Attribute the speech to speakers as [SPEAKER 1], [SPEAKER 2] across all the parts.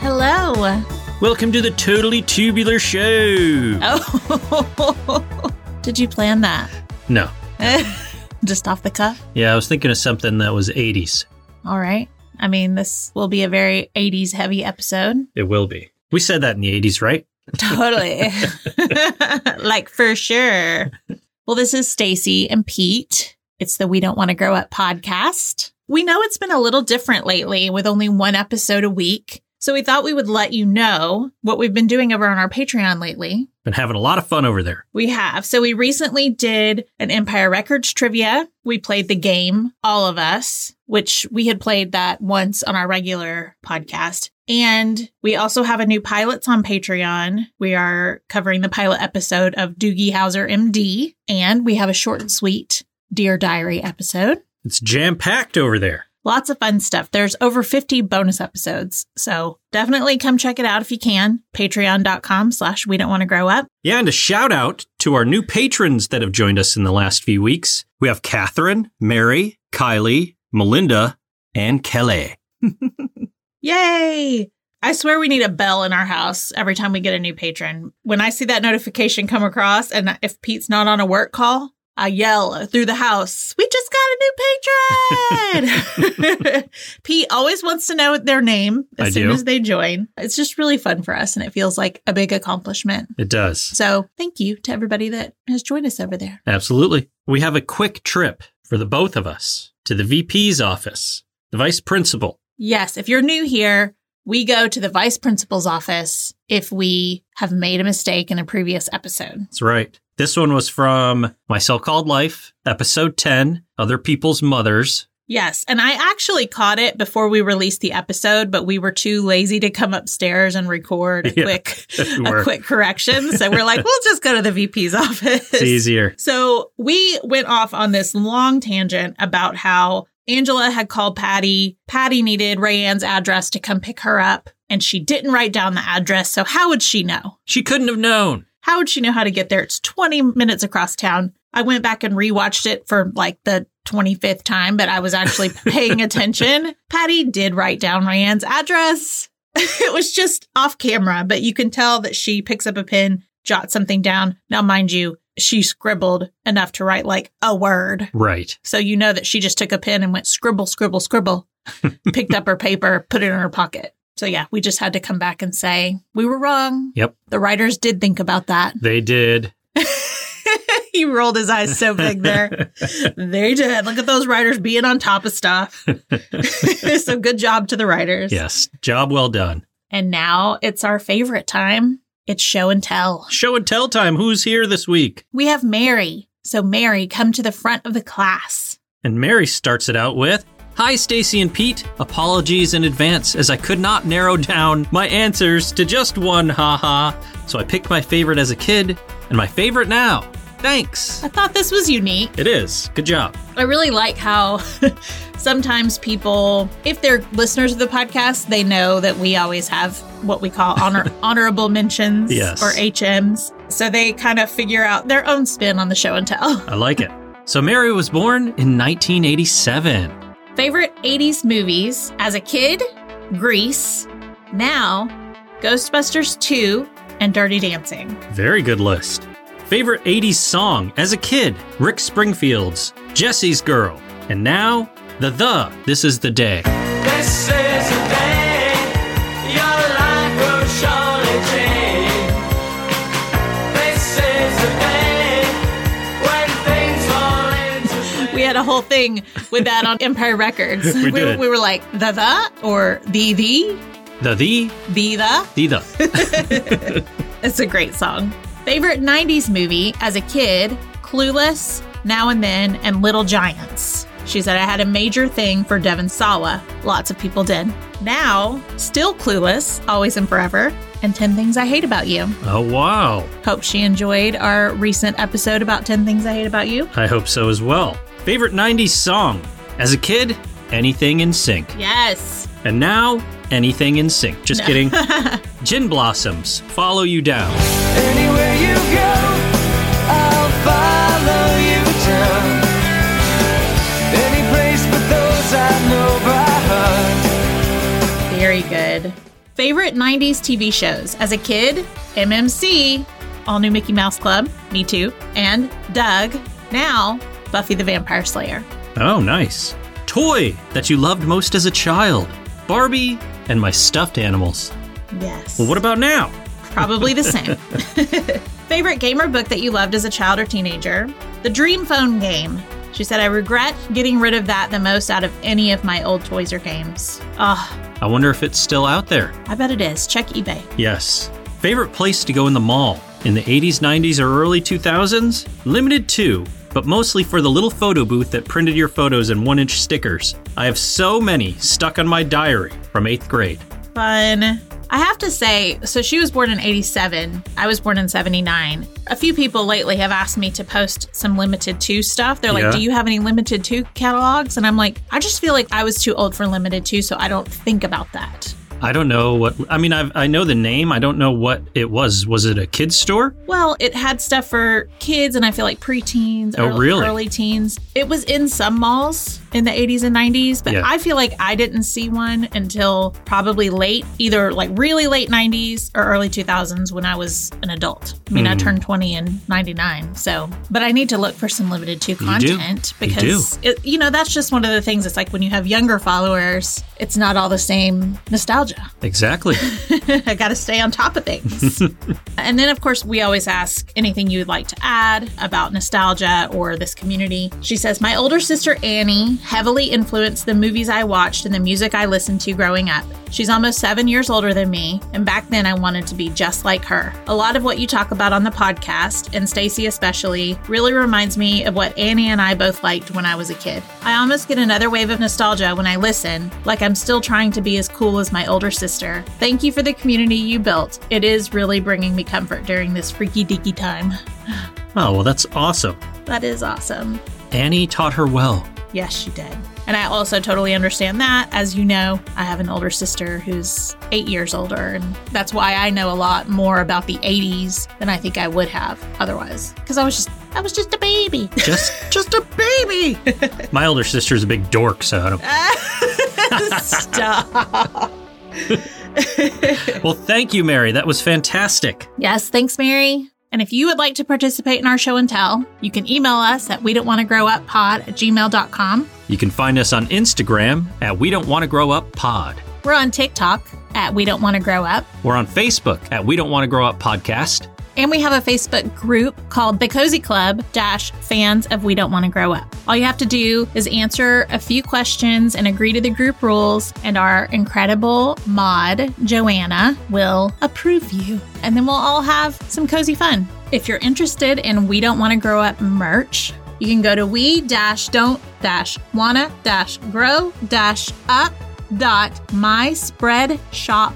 [SPEAKER 1] Hello.
[SPEAKER 2] Welcome to the Totally Tubular Show.
[SPEAKER 1] Oh, did you plan that?
[SPEAKER 2] No.
[SPEAKER 1] Just off the cuff?
[SPEAKER 2] Yeah, I was thinking of something that was 80s.
[SPEAKER 1] All right. I mean, this will be a very 80s heavy episode.
[SPEAKER 2] It will be. We said that in the 80s, right?
[SPEAKER 1] Totally. like, for sure. Well, this is Stacy and Pete. It's the We Don't Want to Grow Up podcast. We know it's been a little different lately with only one episode a week. So we thought we would let you know what we've been doing over on our Patreon lately.
[SPEAKER 2] Been having a lot of fun over there.
[SPEAKER 1] We have. So we recently did an Empire Records trivia. We played the game, All of Us, which we had played that once on our regular podcast. And we also have a new pilots on Patreon. We are covering the pilot episode of Doogie Howser MD, and we have a short and sweet Dear Diary episode.
[SPEAKER 2] It's jam packed over there.
[SPEAKER 1] Lots of fun stuff. There's over 50 bonus episodes. So definitely come check it out if you can. Patreon.com slash we don't want to grow up.
[SPEAKER 2] Yeah, and a shout out to our new patrons that have joined us in the last few weeks. We have Catherine, Mary, Kylie, Melinda, and Kelly.
[SPEAKER 1] Yay! I swear we need a bell in our house every time we get a new patron. When I see that notification come across, and if Pete's not on a work call, I yell through the house, We just got a new patron! Pete always wants to know their name as
[SPEAKER 2] I
[SPEAKER 1] soon
[SPEAKER 2] do.
[SPEAKER 1] as they join. It's just really fun for us, and it feels like a big accomplishment.
[SPEAKER 2] It does.
[SPEAKER 1] So thank you to everybody that has joined us over there.
[SPEAKER 2] Absolutely. We have a quick trip for the both of us to the VP's office, the vice principal.
[SPEAKER 1] Yes, if you're new here, we go to the vice principal's office if we have made a mistake in a previous episode.
[SPEAKER 2] That's right. This one was from My So Called Life, episode 10, Other People's Mothers.
[SPEAKER 1] Yes. And I actually caught it before we released the episode, but we were too lazy to come upstairs and record a
[SPEAKER 2] Yeah,
[SPEAKER 1] quick
[SPEAKER 2] we
[SPEAKER 1] a
[SPEAKER 2] were.
[SPEAKER 1] quick correction. So we're like, we'll just go to the VP's office.
[SPEAKER 2] It's easier.
[SPEAKER 1] So we went off on this long tangent about how Angela had called Patty. Patty needed Rayanne's address to come pick her up, and she didn't write down the address. So how would she know?
[SPEAKER 2] She couldn't have known.
[SPEAKER 1] How would she know how to get there? It's 20 minutes across town. I went back and rewatched it for like the 25th time, but I was actually paying attention. Patty did write down Rayanne's address. it was just off camera, but you can tell that she picks up a pen, jots something down. Now, mind you, she scribbled enough to write like a word.
[SPEAKER 2] Right.
[SPEAKER 1] So you know that she just took a pen and went scribble, scribble, scribble, picked up her paper, put it in her pocket. So yeah, we just had to come back and say we were wrong.
[SPEAKER 2] Yep.
[SPEAKER 1] The writers did think about that.
[SPEAKER 2] They did.
[SPEAKER 1] he rolled his eyes so big there. they did. Look at those writers being on top of stuff. so good job to the writers.
[SPEAKER 2] Yes. Job well done.
[SPEAKER 1] And now it's our favorite time. It's show and tell.
[SPEAKER 2] Show and tell time. Who's here this week?
[SPEAKER 1] We have Mary. So Mary, come to the front of the class.
[SPEAKER 2] And Mary starts it out with Hi, Stacy and Pete. Apologies in advance as I could not narrow down my answers to just one, haha. So I picked my favorite as a kid and my favorite now. Thanks.
[SPEAKER 1] I thought this was unique.
[SPEAKER 2] It is. Good job.
[SPEAKER 1] I really like how sometimes people, if they're listeners of the podcast, they know that we always have what we call honor, honorable mentions
[SPEAKER 2] Yes.
[SPEAKER 1] or HMs. So they kind of figure out their own spin on the show and tell.
[SPEAKER 2] I like it. So Mary was born in 1987.
[SPEAKER 1] Favorite 80s movies as a kid? Grease. Now, Ghostbusters 2 and Dirty Dancing.
[SPEAKER 2] Very good list. Favorite 80s song as a kid, Rick Springfield's Jesse's Girl. And now, the the, this is the day.
[SPEAKER 3] This is the day your life will surely change. This is the day when things fall into place.
[SPEAKER 1] We had a whole thing with that on Empire Records.
[SPEAKER 2] We did.
[SPEAKER 1] we were like, the the or the the,
[SPEAKER 2] The the,
[SPEAKER 1] the the.
[SPEAKER 2] the the.
[SPEAKER 1] It's a great song. Favorite 90s movie as a kid? Clueless, Now and Then, and Little Giants. She said, I had a major thing for Devon Sawa. Lots of people did. Now, still clueless, always and forever, and 10 Things I Hate About You.
[SPEAKER 2] Oh, wow.
[SPEAKER 1] Hope she enjoyed our recent episode about 10 Things I Hate About You.
[SPEAKER 2] I hope so as well. Favorite 90s song as a kid, Anything in Sync.
[SPEAKER 1] Yes.
[SPEAKER 2] And now, Anything in Sync. Just kidding. Gin Blossoms, Follow You Down.
[SPEAKER 3] Anywhere you go, I'll follow you down. Any place but those I know by heart.
[SPEAKER 1] Very good. Favorite 90s TV shows as a kid? MMC, All New Mickey Mouse Club, Me Too, and Doug, now Buffy the Vampire Slayer.
[SPEAKER 2] Oh, nice. Toy that you loved most as a child. Barbie and my stuffed animals.
[SPEAKER 1] Yes.
[SPEAKER 2] Well, what about now?
[SPEAKER 1] Probably the same. Favorite gamer book that you loved as a child or teenager? The Dream Phone game. She said, I regret getting rid of that the most out of any of my old toys or games. Oh,
[SPEAKER 2] I wonder if it's still out there.
[SPEAKER 1] I bet it is. Check eBay.
[SPEAKER 2] Yes. Favorite place to go in the mall? In the 80s, 90s, or early 2000s? Limited to, but mostly for the little photo booth that printed your photos in one inch stickers. I have so many stuck on my diary from 8th grade.
[SPEAKER 1] fun. I have to say, so she was born in 87. I was born in 79. A few people lately have asked me to post some limited two stuff. They're
[SPEAKER 2] Yeah.
[SPEAKER 1] like, Do you have any limited two catalogs? And I'm like, I just feel like I was too old for limited two, so I don't think about that.
[SPEAKER 2] I don't know what, I mean, I've, I know the name. I don't know what it was. Was it a kid's store?
[SPEAKER 1] Well, it had stuff for kids and I feel like preteens,
[SPEAKER 2] Oh,
[SPEAKER 1] early,
[SPEAKER 2] really?
[SPEAKER 1] early teens. It was in some malls in the 80s and 90s, but
[SPEAKER 2] Yeah.
[SPEAKER 1] I feel like I didn't see one until probably late, either like really late 90s or early 2000s when I was an adult. I mean, I
[SPEAKER 2] Hmm.
[SPEAKER 1] turned 20 in 99, so but I need to look for some limited to
[SPEAKER 2] You do.
[SPEAKER 1] content
[SPEAKER 2] You
[SPEAKER 1] because It, you know, that's just one of the things. It's like when you have younger followers, it's not all the same nostalgia.
[SPEAKER 2] Exactly.
[SPEAKER 1] I got to stay on top of things. and then, of course, we always ask anything you would like to add about nostalgia or this community. She says, My older sister Annie heavily influenced the movies I watched and the music I listened to growing up. She's almost seven years older than me, and back then I wanted to be just like her. A lot of what you talk about on the podcast, and Stacy especially, really reminds me of what Annie and I both liked when I was a kid. I almost get another wave of nostalgia when I listen, like I'm still trying to be as cool as my older sister. Thank you for the community you built. It is really bringing me comfort during this freaky deaky time.
[SPEAKER 2] oh, well, that's awesome.
[SPEAKER 1] That is awesome.
[SPEAKER 2] Annie taught her well.
[SPEAKER 1] Yes, she did. And I also totally understand that. As you know, I have an older sister who's eight years older, and that's why I know a lot more about the 80s than I think I would have otherwise. Because I was just, I was just a baby.
[SPEAKER 2] Just,
[SPEAKER 1] just a baby.
[SPEAKER 2] my older sister's a big dork, so I don't.
[SPEAKER 1] Stop.
[SPEAKER 2] Well, thank you, Mary. That was fantastic.
[SPEAKER 1] yes, thanks, Mary. And if you would like to participate in our show and tell, you can email us at we don't want to grow up pod at gmail.com.
[SPEAKER 2] You can find us on Instagram at We Don't Want to Grow Up Pod.
[SPEAKER 1] We're on TikTok at we don't want to grow up.
[SPEAKER 2] We're on Facebook at We Don't Want to Grow Up Podcast.
[SPEAKER 1] And we have a Facebook group called The Cozy Club dash fans of We Don't Want to Grow Up. All you have to do is answer a few questions and agree to the group rules, and our incredible mod, Joanna, will approve you. And then we'll all have some cozy fun. If you're interested in We Don't Want to Grow Up merch, you can go to we dash don't dash wanna dash grow dash up dot myspreadshop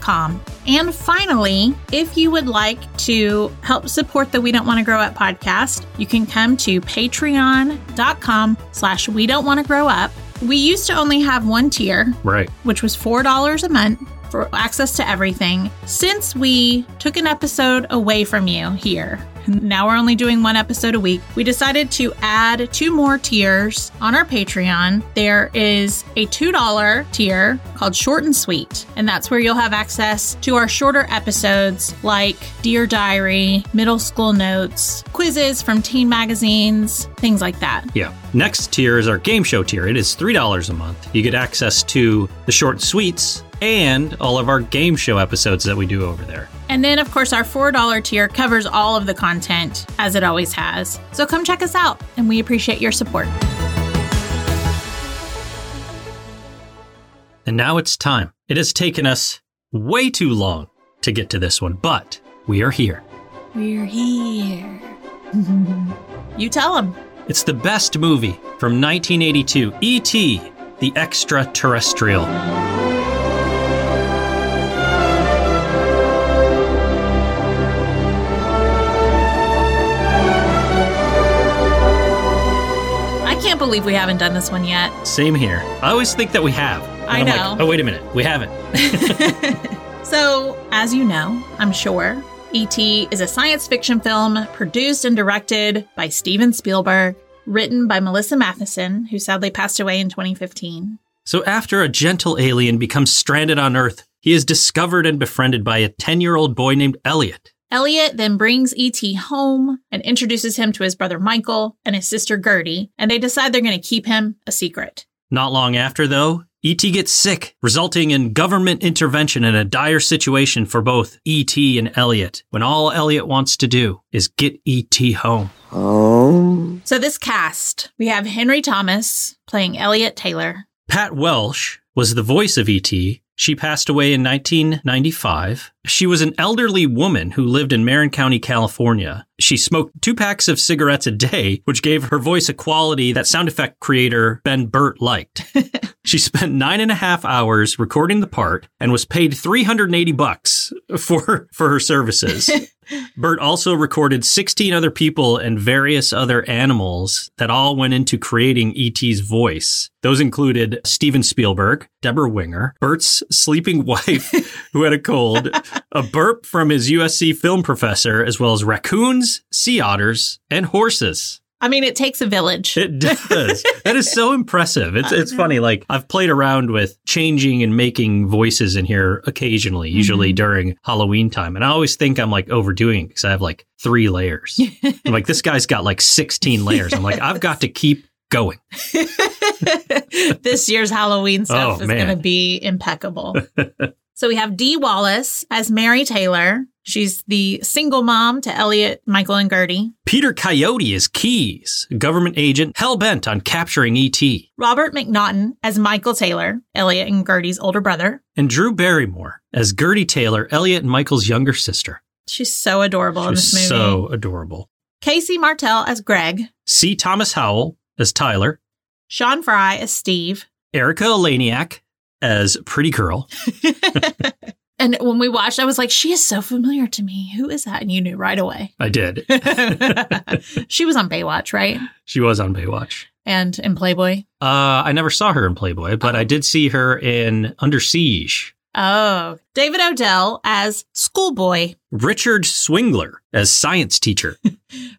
[SPEAKER 1] com. And finally, if you would like to help support the We Don't Want to Grow Up podcast, you can come to patreon.com slash we don't want to grow up. We used to only have one tier,
[SPEAKER 2] Right.
[SPEAKER 1] which was $4 a month for access to everything. Since we took an episode away from you here, now we're only doing one episode a week. We decided to add two more tiers on our Patreon. There is a $2 tier called Short and Sweet, and that's where you'll have access to our shorter episodes like Dear Diary, Middle School Notes, quizzes from teen magazines, things like that.
[SPEAKER 2] Yeah. Next tier is our game show tier. It is $3 a month. You get access to the short suites and all of our game show episodes that we do over there.
[SPEAKER 1] And then, of course, our $4 tier covers all of the content as it always has. So come check us out, and we appreciate your support.
[SPEAKER 2] And now it's time. It has taken us way too long to get to this one, but we are here.
[SPEAKER 1] We're here. you tell them.
[SPEAKER 2] It's the best movie from 1982 E.T., The Extraterrestrial.
[SPEAKER 1] I can't believe we haven't done this one yet.
[SPEAKER 2] Same here. I always think that we have. And
[SPEAKER 1] I
[SPEAKER 2] I'm
[SPEAKER 1] know.
[SPEAKER 2] Like, oh, wait a minute. We haven't.
[SPEAKER 1] So, as you know, I'm sure, E.T. is a science fiction film produced and directed by Steven Spielberg, written by Melissa Matheson, who sadly passed away in 2015.
[SPEAKER 2] So, after a gentle alien becomes stranded on Earth, He is discovered and befriended by a 10 year old boy named Elliot.
[SPEAKER 1] Elliot then brings E.T. home and introduces him to his brother Michael and his sister Gertie, and they decide they're going to keep him a secret.
[SPEAKER 2] Not long after, though, E.T. gets sick, resulting in government intervention and a dire situation for both E.T. and Elliot, when all Elliot wants to do is get E.T. home.
[SPEAKER 1] So, this cast we have Henry Thomas playing Elliot Taylor,
[SPEAKER 2] Pat Welsh was the voice of E.T. She passed away in 1995. She was an elderly woman who lived in Marin County, California. She smoked two packs of cigarettes a day, which gave her voice a quality that sound effect creator Ben Burt liked. she spent nine and a half hours recording the part and was paid 380 bucks for, for her services. Bert also recorded 16 other people and various other animals that all went into creating E.T.'s voice. Those included Steven Spielberg, Deborah Winger, Bert's sleeping wife, who had a cold, a burp from his USC film professor, as well as raccoons, sea otters, and horses.
[SPEAKER 1] I mean, it takes a village.
[SPEAKER 2] It does. that is so impressive. It's it's funny. Like I've played around with changing and making voices in here occasionally, usually
[SPEAKER 1] Mm-hmm.
[SPEAKER 2] during Halloween time, and I always think I'm like overdoing because I have like three layers. I'm like this guy's got like 16 layers. I'm like I've got to keep going.
[SPEAKER 1] this year's Halloween stuff
[SPEAKER 2] Oh,
[SPEAKER 1] is
[SPEAKER 2] man.
[SPEAKER 1] going to be impeccable. so we have Dee Wallace as Mary Taylor. She's the single mom to Elliot, Michael, and Gertie.
[SPEAKER 2] Peter Coyote is Keys, a government agent hell bent on capturing E ET,
[SPEAKER 1] Robert McNaughton as Michael Taylor, Elliot and Gertie's older brother.
[SPEAKER 2] and Drew Barrymore as Gertie Taylor, Elliot and Michael's younger sister.
[SPEAKER 1] She's so adorable in Oh, this movie.
[SPEAKER 2] She's so adorable.
[SPEAKER 1] Casey Martell as Greg,
[SPEAKER 2] See Thomas Howell as Tyler.
[SPEAKER 1] Sean Fry as Steve.
[SPEAKER 2] Erica Elaniak as Pretty Girl.
[SPEAKER 1] And when we watched, I was like, she is so familiar to me. Who is that? And you knew right away.
[SPEAKER 2] I did.
[SPEAKER 1] she was on Baywatch, right?
[SPEAKER 2] she was on Baywatch.
[SPEAKER 1] And in Playboy.
[SPEAKER 2] Uh, I never saw her in Playboy, but I did see her in Under Siege.
[SPEAKER 1] Oh, David Odell as schoolboy,
[SPEAKER 2] Richard Swingler as science teacher.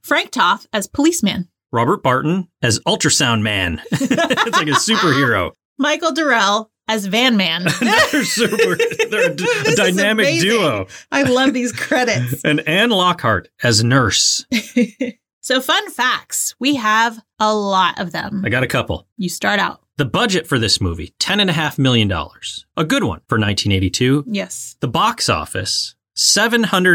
[SPEAKER 1] Frank Toth as policeman,
[SPEAKER 2] Robert Barton as ultrasound man. it's like a superhero.
[SPEAKER 1] Michael Durrell as van man.
[SPEAKER 2] they're super. They're a d-
[SPEAKER 1] This is
[SPEAKER 2] dynamic
[SPEAKER 1] amazing.
[SPEAKER 2] duo.
[SPEAKER 1] I love these credits.
[SPEAKER 2] And Anne Lockhart as nurse.
[SPEAKER 1] so, fun facts we have a lot of them.
[SPEAKER 2] I got a couple.
[SPEAKER 1] You start out.
[SPEAKER 2] The budget for this movie, $10.5 million. A good one for 1982.
[SPEAKER 1] Yes.
[SPEAKER 2] The box office,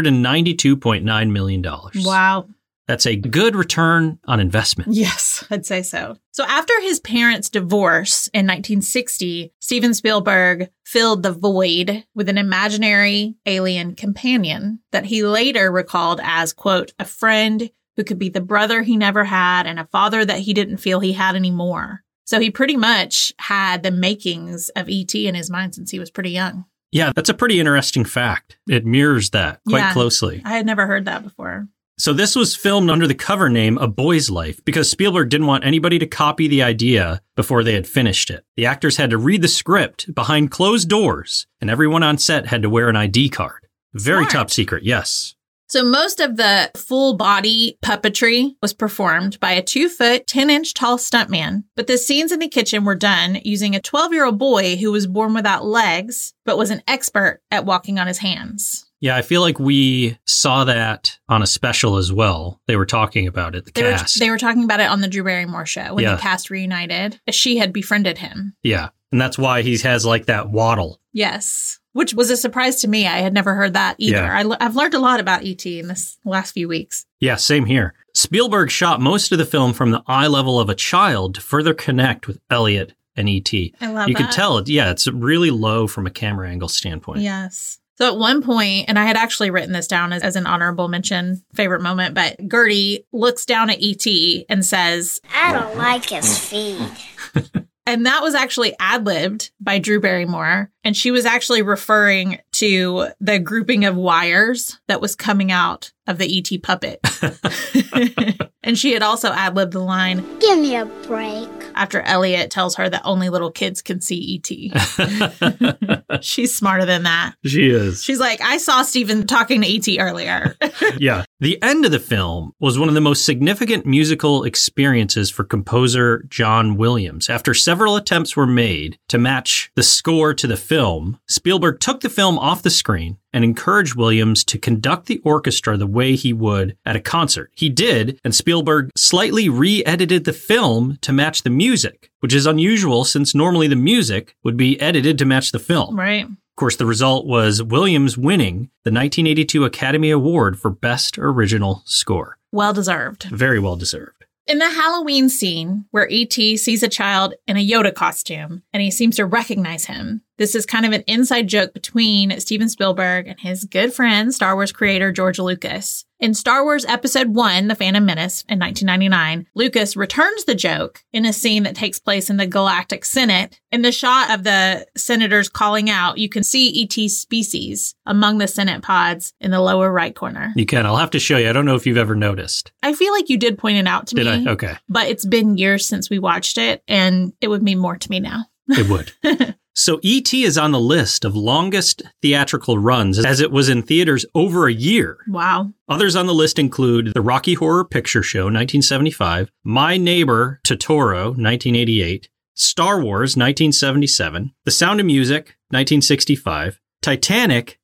[SPEAKER 2] $792.9 million.
[SPEAKER 1] Wow.
[SPEAKER 2] That's a good return on investment.
[SPEAKER 1] Yes, I'd say so. So after his parents' divorce in 1960, Steven Spielberg filled the void with an imaginary alien companion that he later recalled as, quote, a friend who could be the brother he never had and a father that he didn't feel he had anymore. So he pretty much had the makings of E.T. in his mind since he was pretty young.
[SPEAKER 2] Yeah, that's a pretty interesting fact. It mirrors that quite
[SPEAKER 1] Yeah.
[SPEAKER 2] closely.
[SPEAKER 1] I had never heard that before.
[SPEAKER 2] So this was filmed under the cover name A Boy's Life because Spielberg didn't want anybody to copy the idea before they had finished it. The actors had to read the script behind closed doors, and everyone on set had to wear an ID card. Very
[SPEAKER 1] Smart.
[SPEAKER 2] top secret, yes.
[SPEAKER 1] So most of the full body puppetry was performed by a two foot, 10 inch tall stuntman, but the scenes in the kitchen were done using a 12 year old boy who was born without legs, but was an expert at walking on his hands.
[SPEAKER 2] Yeah, I feel like we saw that on a special as well. They were talking about it, the
[SPEAKER 1] They
[SPEAKER 2] cast.
[SPEAKER 1] were, they were talking about it on the Drew Barrymore show when
[SPEAKER 2] Yeah.
[SPEAKER 1] the cast reunited. She had befriended him.
[SPEAKER 2] yeah. And that's why he has like that waddle.
[SPEAKER 1] Yes. Which was a surprise to me. I had never heard that either.
[SPEAKER 2] Yeah.
[SPEAKER 1] I l- I've learned a lot about ET in this last few weeks.
[SPEAKER 2] Yeah, same here. Spielberg shot most of the film from the eye level of a child to further connect with Elliot and E.T.
[SPEAKER 1] I love
[SPEAKER 2] you
[SPEAKER 1] that.
[SPEAKER 2] can tell yeah it's really low from a camera angle standpoint
[SPEAKER 1] Yes. So at one point, and I had actually written this down as, as an honorable mention favorite moment, but Gertie looks down at E.T. and says,
[SPEAKER 4] I don't like his feet.
[SPEAKER 1] and that was actually ad libbed by Drew Barrymore. And she was actually referring to the grouping of wires that was coming out of the ET puppet. and she had also ad libbed the line
[SPEAKER 4] Give me a break.
[SPEAKER 1] after Elliot tells her that only little kids can see ET. She's smarter than that.
[SPEAKER 2] She is.
[SPEAKER 1] She's like, I saw Steven talking to ET earlier.
[SPEAKER 2] Yeah. The end of the film was one of the most significant musical experiences for composer John Williams. After several attempts were made to match the score to the film, Spielberg took the film off the screen and encouraged Williams to conduct the orchestra the way he would at a concert. He did, and Spielberg slightly re edited the film to match the music, which is unusual since normally the music would be edited to match the film.
[SPEAKER 1] right.
[SPEAKER 2] Of course, the result was Williams winning the 1982 Academy Award for Best Original Score.
[SPEAKER 1] Well deserved.
[SPEAKER 2] Very well deserved.
[SPEAKER 1] In the Halloween scene where ET sees a child in a Yoda costume and he seems to recognize him, this is kind of an inside joke between Steven Spielberg and his good friend, Star Wars creator George Lucas. In Star Wars Episode 1, The Phantom Menace in 1999, Lucas returns the joke in a scene that takes place in the Galactic Senate. In the shot of the senators calling out, you can see ET's species among the Senate pods in the lower right corner.
[SPEAKER 2] You can. I'll have to show you. I don't know if you've ever noticed.
[SPEAKER 1] I feel like you did point it out to
[SPEAKER 2] Did
[SPEAKER 1] me
[SPEAKER 2] I? Okay.
[SPEAKER 1] but it's been years since we watched it and it would mean more to me now.
[SPEAKER 2] It would. so E.T. is on the list of longest theatrical runs as it was in theaters over a year.
[SPEAKER 1] Wow.
[SPEAKER 2] Others on the list include The Rocky Horror Picture Show, 1975, My Neighbor Totoro, 1988, Star Wars, 1977, The Sound of Music, 1965, Titanic,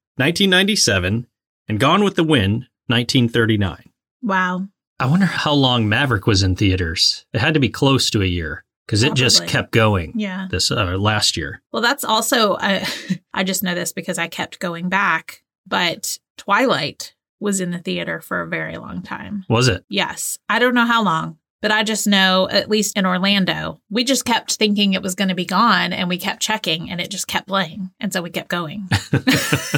[SPEAKER 2] 1997, and Gone with the Wind, 1939.
[SPEAKER 1] Wow.
[SPEAKER 2] I wonder how long Maverick was in theaters. It had to be close to a year because it just
[SPEAKER 1] Probably.
[SPEAKER 2] kept going
[SPEAKER 1] Yeah.
[SPEAKER 2] this uh, last year.
[SPEAKER 1] Well, that's also I I just know this because I kept going back, but Twilight was in the theater for a very long time.
[SPEAKER 2] Was it?
[SPEAKER 1] Yes. I don't know how long, but I just know at least in Orlando, we just kept thinking it was going to be gone and we kept checking and it just kept playing and so we kept going.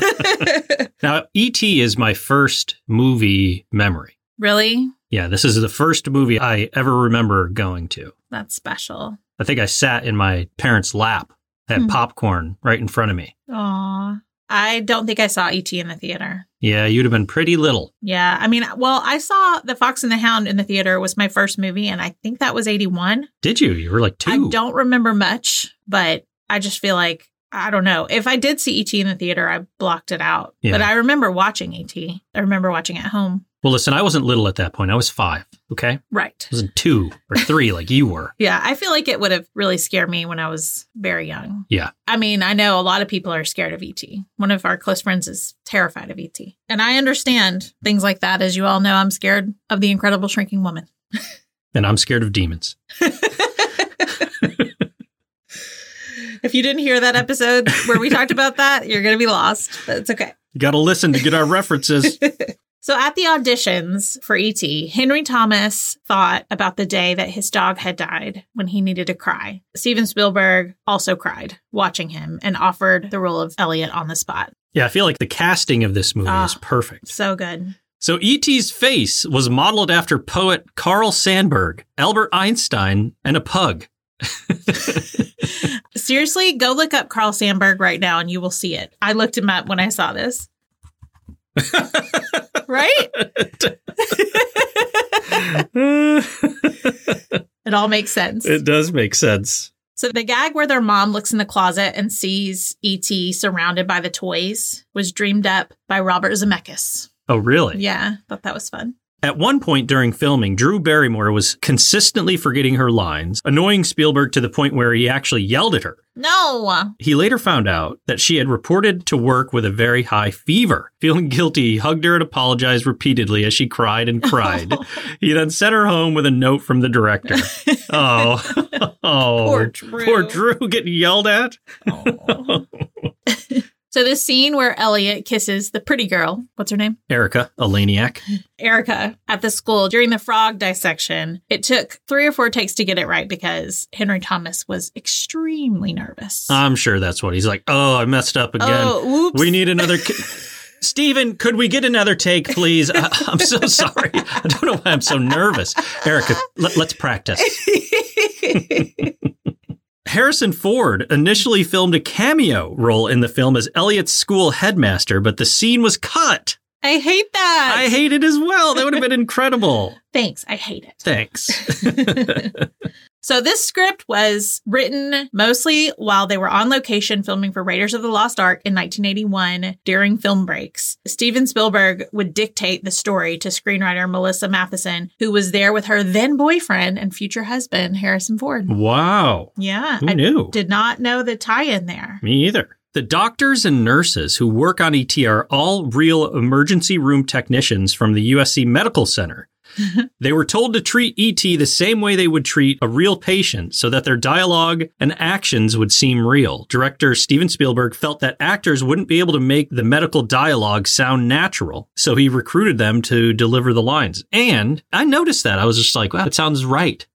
[SPEAKER 2] Now, E.T. is my first movie memory.
[SPEAKER 1] really?
[SPEAKER 2] Yeah, this is the first movie I ever remember going to.
[SPEAKER 1] That's special.
[SPEAKER 2] I think I sat in my parents' lap, had
[SPEAKER 1] Hmm.
[SPEAKER 2] popcorn right in front of me.
[SPEAKER 1] Aw. I don't think I saw ET in the theater.
[SPEAKER 2] Yeah, you'd have been pretty little.
[SPEAKER 1] Yeah, I mean, well, I saw The Fox and the Hound in the theater was my first movie, and I think that was eighty one.
[SPEAKER 2] Did you? You were like two.
[SPEAKER 1] I don't remember much, but I just feel like I don't know if I did see ET in the theater, I blocked it out.
[SPEAKER 2] Yeah.
[SPEAKER 1] But I remember watching ET. I remember watching it at home.
[SPEAKER 2] Well, listen, I wasn't little at that point. I was five. Okay, I
[SPEAKER 1] Right.
[SPEAKER 2] wasn't two or three like you were.
[SPEAKER 1] Yeah, I feel like it would have really scared me when I was very young.
[SPEAKER 2] Yeah.
[SPEAKER 1] I mean, I know a lot of people are scared of ET. One of our close friends is terrified of ET. And I understand things like that. As you all know, I'm scared of the incredible shrinking woman.
[SPEAKER 2] And I'm scared of demons.
[SPEAKER 1] If you didn't hear that episode where we talked about that, you're going to be lost, but it's okay.
[SPEAKER 2] You got to listen to get our references.
[SPEAKER 1] So at the auditions for ET, Henry Thomas thought about the day that his dog had died when he needed to cry. Steven Spielberg also cried watching him and offered the role of Elliot on the spot.
[SPEAKER 2] yeah, I feel like the casting of this movie is
[SPEAKER 1] Ah.
[SPEAKER 2] perfect.
[SPEAKER 1] So good.
[SPEAKER 2] So E.T.'s face was modeled after poet Carl Sandburg, Albert Einstein, and a pug.
[SPEAKER 1] Seriously, go look up Carl Sandburg right now and you will see it. I looked him up when I saw this. right? It all makes sense.
[SPEAKER 2] it does make sense.
[SPEAKER 1] So the gag where their mom looks in the closet and sees E.T. surrounded by the toys was dreamed up by Robert Zemeckis.
[SPEAKER 2] Oh, really?
[SPEAKER 1] Yeah, thought that was fun.
[SPEAKER 2] At one point during filming, Drew Barrymore was consistently forgetting her lines, annoying Spielberg to the point where he actually yelled at her.
[SPEAKER 1] No.
[SPEAKER 2] He later found out that she had reported to work with a very high fever. Feeling guilty, he hugged her and apologized repeatedly as she cried and cried. he then sent her home with a note from the director. oh, oh,
[SPEAKER 1] Poor Drew.
[SPEAKER 2] poor Drew getting yelled at.
[SPEAKER 1] So the scene where Elliot kisses the pretty girl, what's her name?
[SPEAKER 2] Erica, a laniac.
[SPEAKER 1] Erica at the school during the frog dissection. It took three or four takes to get it right because Henry Thomas was extremely nervous.
[SPEAKER 2] I'm sure that's what he's like. Oh, I messed up Ah, again.
[SPEAKER 1] oh, oops.
[SPEAKER 2] We need another. Ki- Steven, could we get another take, please? I- I'm so sorry. I don't know why I'm so nervous. Erica, let- let's practice. Harrison Ford initially filmed a cameo role in the film as Elliot's school headmaster, but the scene was cut
[SPEAKER 1] I hate that.
[SPEAKER 2] I hate it as well. That would have been incredible.
[SPEAKER 1] Thanks. I hate it.
[SPEAKER 2] Thanks.
[SPEAKER 1] So this script was written mostly while they were on location filming for Raiders of the Lost Ark in 1981 during film breaks. Steven Spielberg would dictate the story to screenwriter Melissa Matheson, who was there with her then boyfriend and future husband Harrison Ford.
[SPEAKER 2] Wow.
[SPEAKER 1] Yeah,
[SPEAKER 2] Hmm. Who
[SPEAKER 1] I
[SPEAKER 2] knew?
[SPEAKER 1] did not know the tie-in there.
[SPEAKER 2] Me either. The doctors and nurses who work on ET are all real emergency room technicians from the USC Medical Center. they were told to treat ET the same way they would treat a real patient so that their dialogue and actions would seem real. Director Steven Spielberg felt that actors wouldn't be able to make the medical dialogue sound natural, so he recruited them to deliver the lines. And I noticed that. I was just like, wow, it sounds right.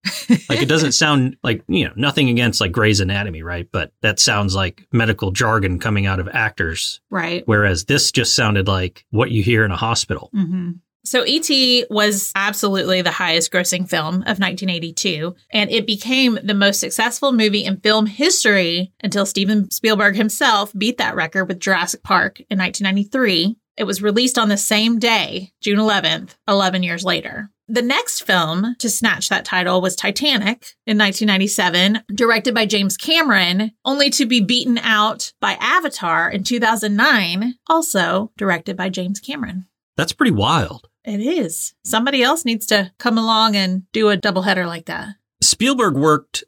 [SPEAKER 2] Like it doesn't sound like, you know, nothing against like Grey's Anatomy, right? But that sounds like medical jargon coming out of actors.
[SPEAKER 1] Right.
[SPEAKER 2] Whereas this just sounded like what you hear in a hospital.
[SPEAKER 1] Mm-hmm. So E.T. was absolutely the highest grossing film of 1982, and it became the most successful movie in film history until Steven Spielberg himself beat that record with Jurassic Park in 1993. It was released on the same day, June 11th, 11 years later. The next film to snatch that title was Titanic in 1997, directed by James Cameron, only to be beaten out by Avatar in 2009, also directed by James Cameron.
[SPEAKER 2] That's pretty wild.
[SPEAKER 1] It is. Somebody else needs to come along and do a doubleheader like that.
[SPEAKER 2] Spielberg worked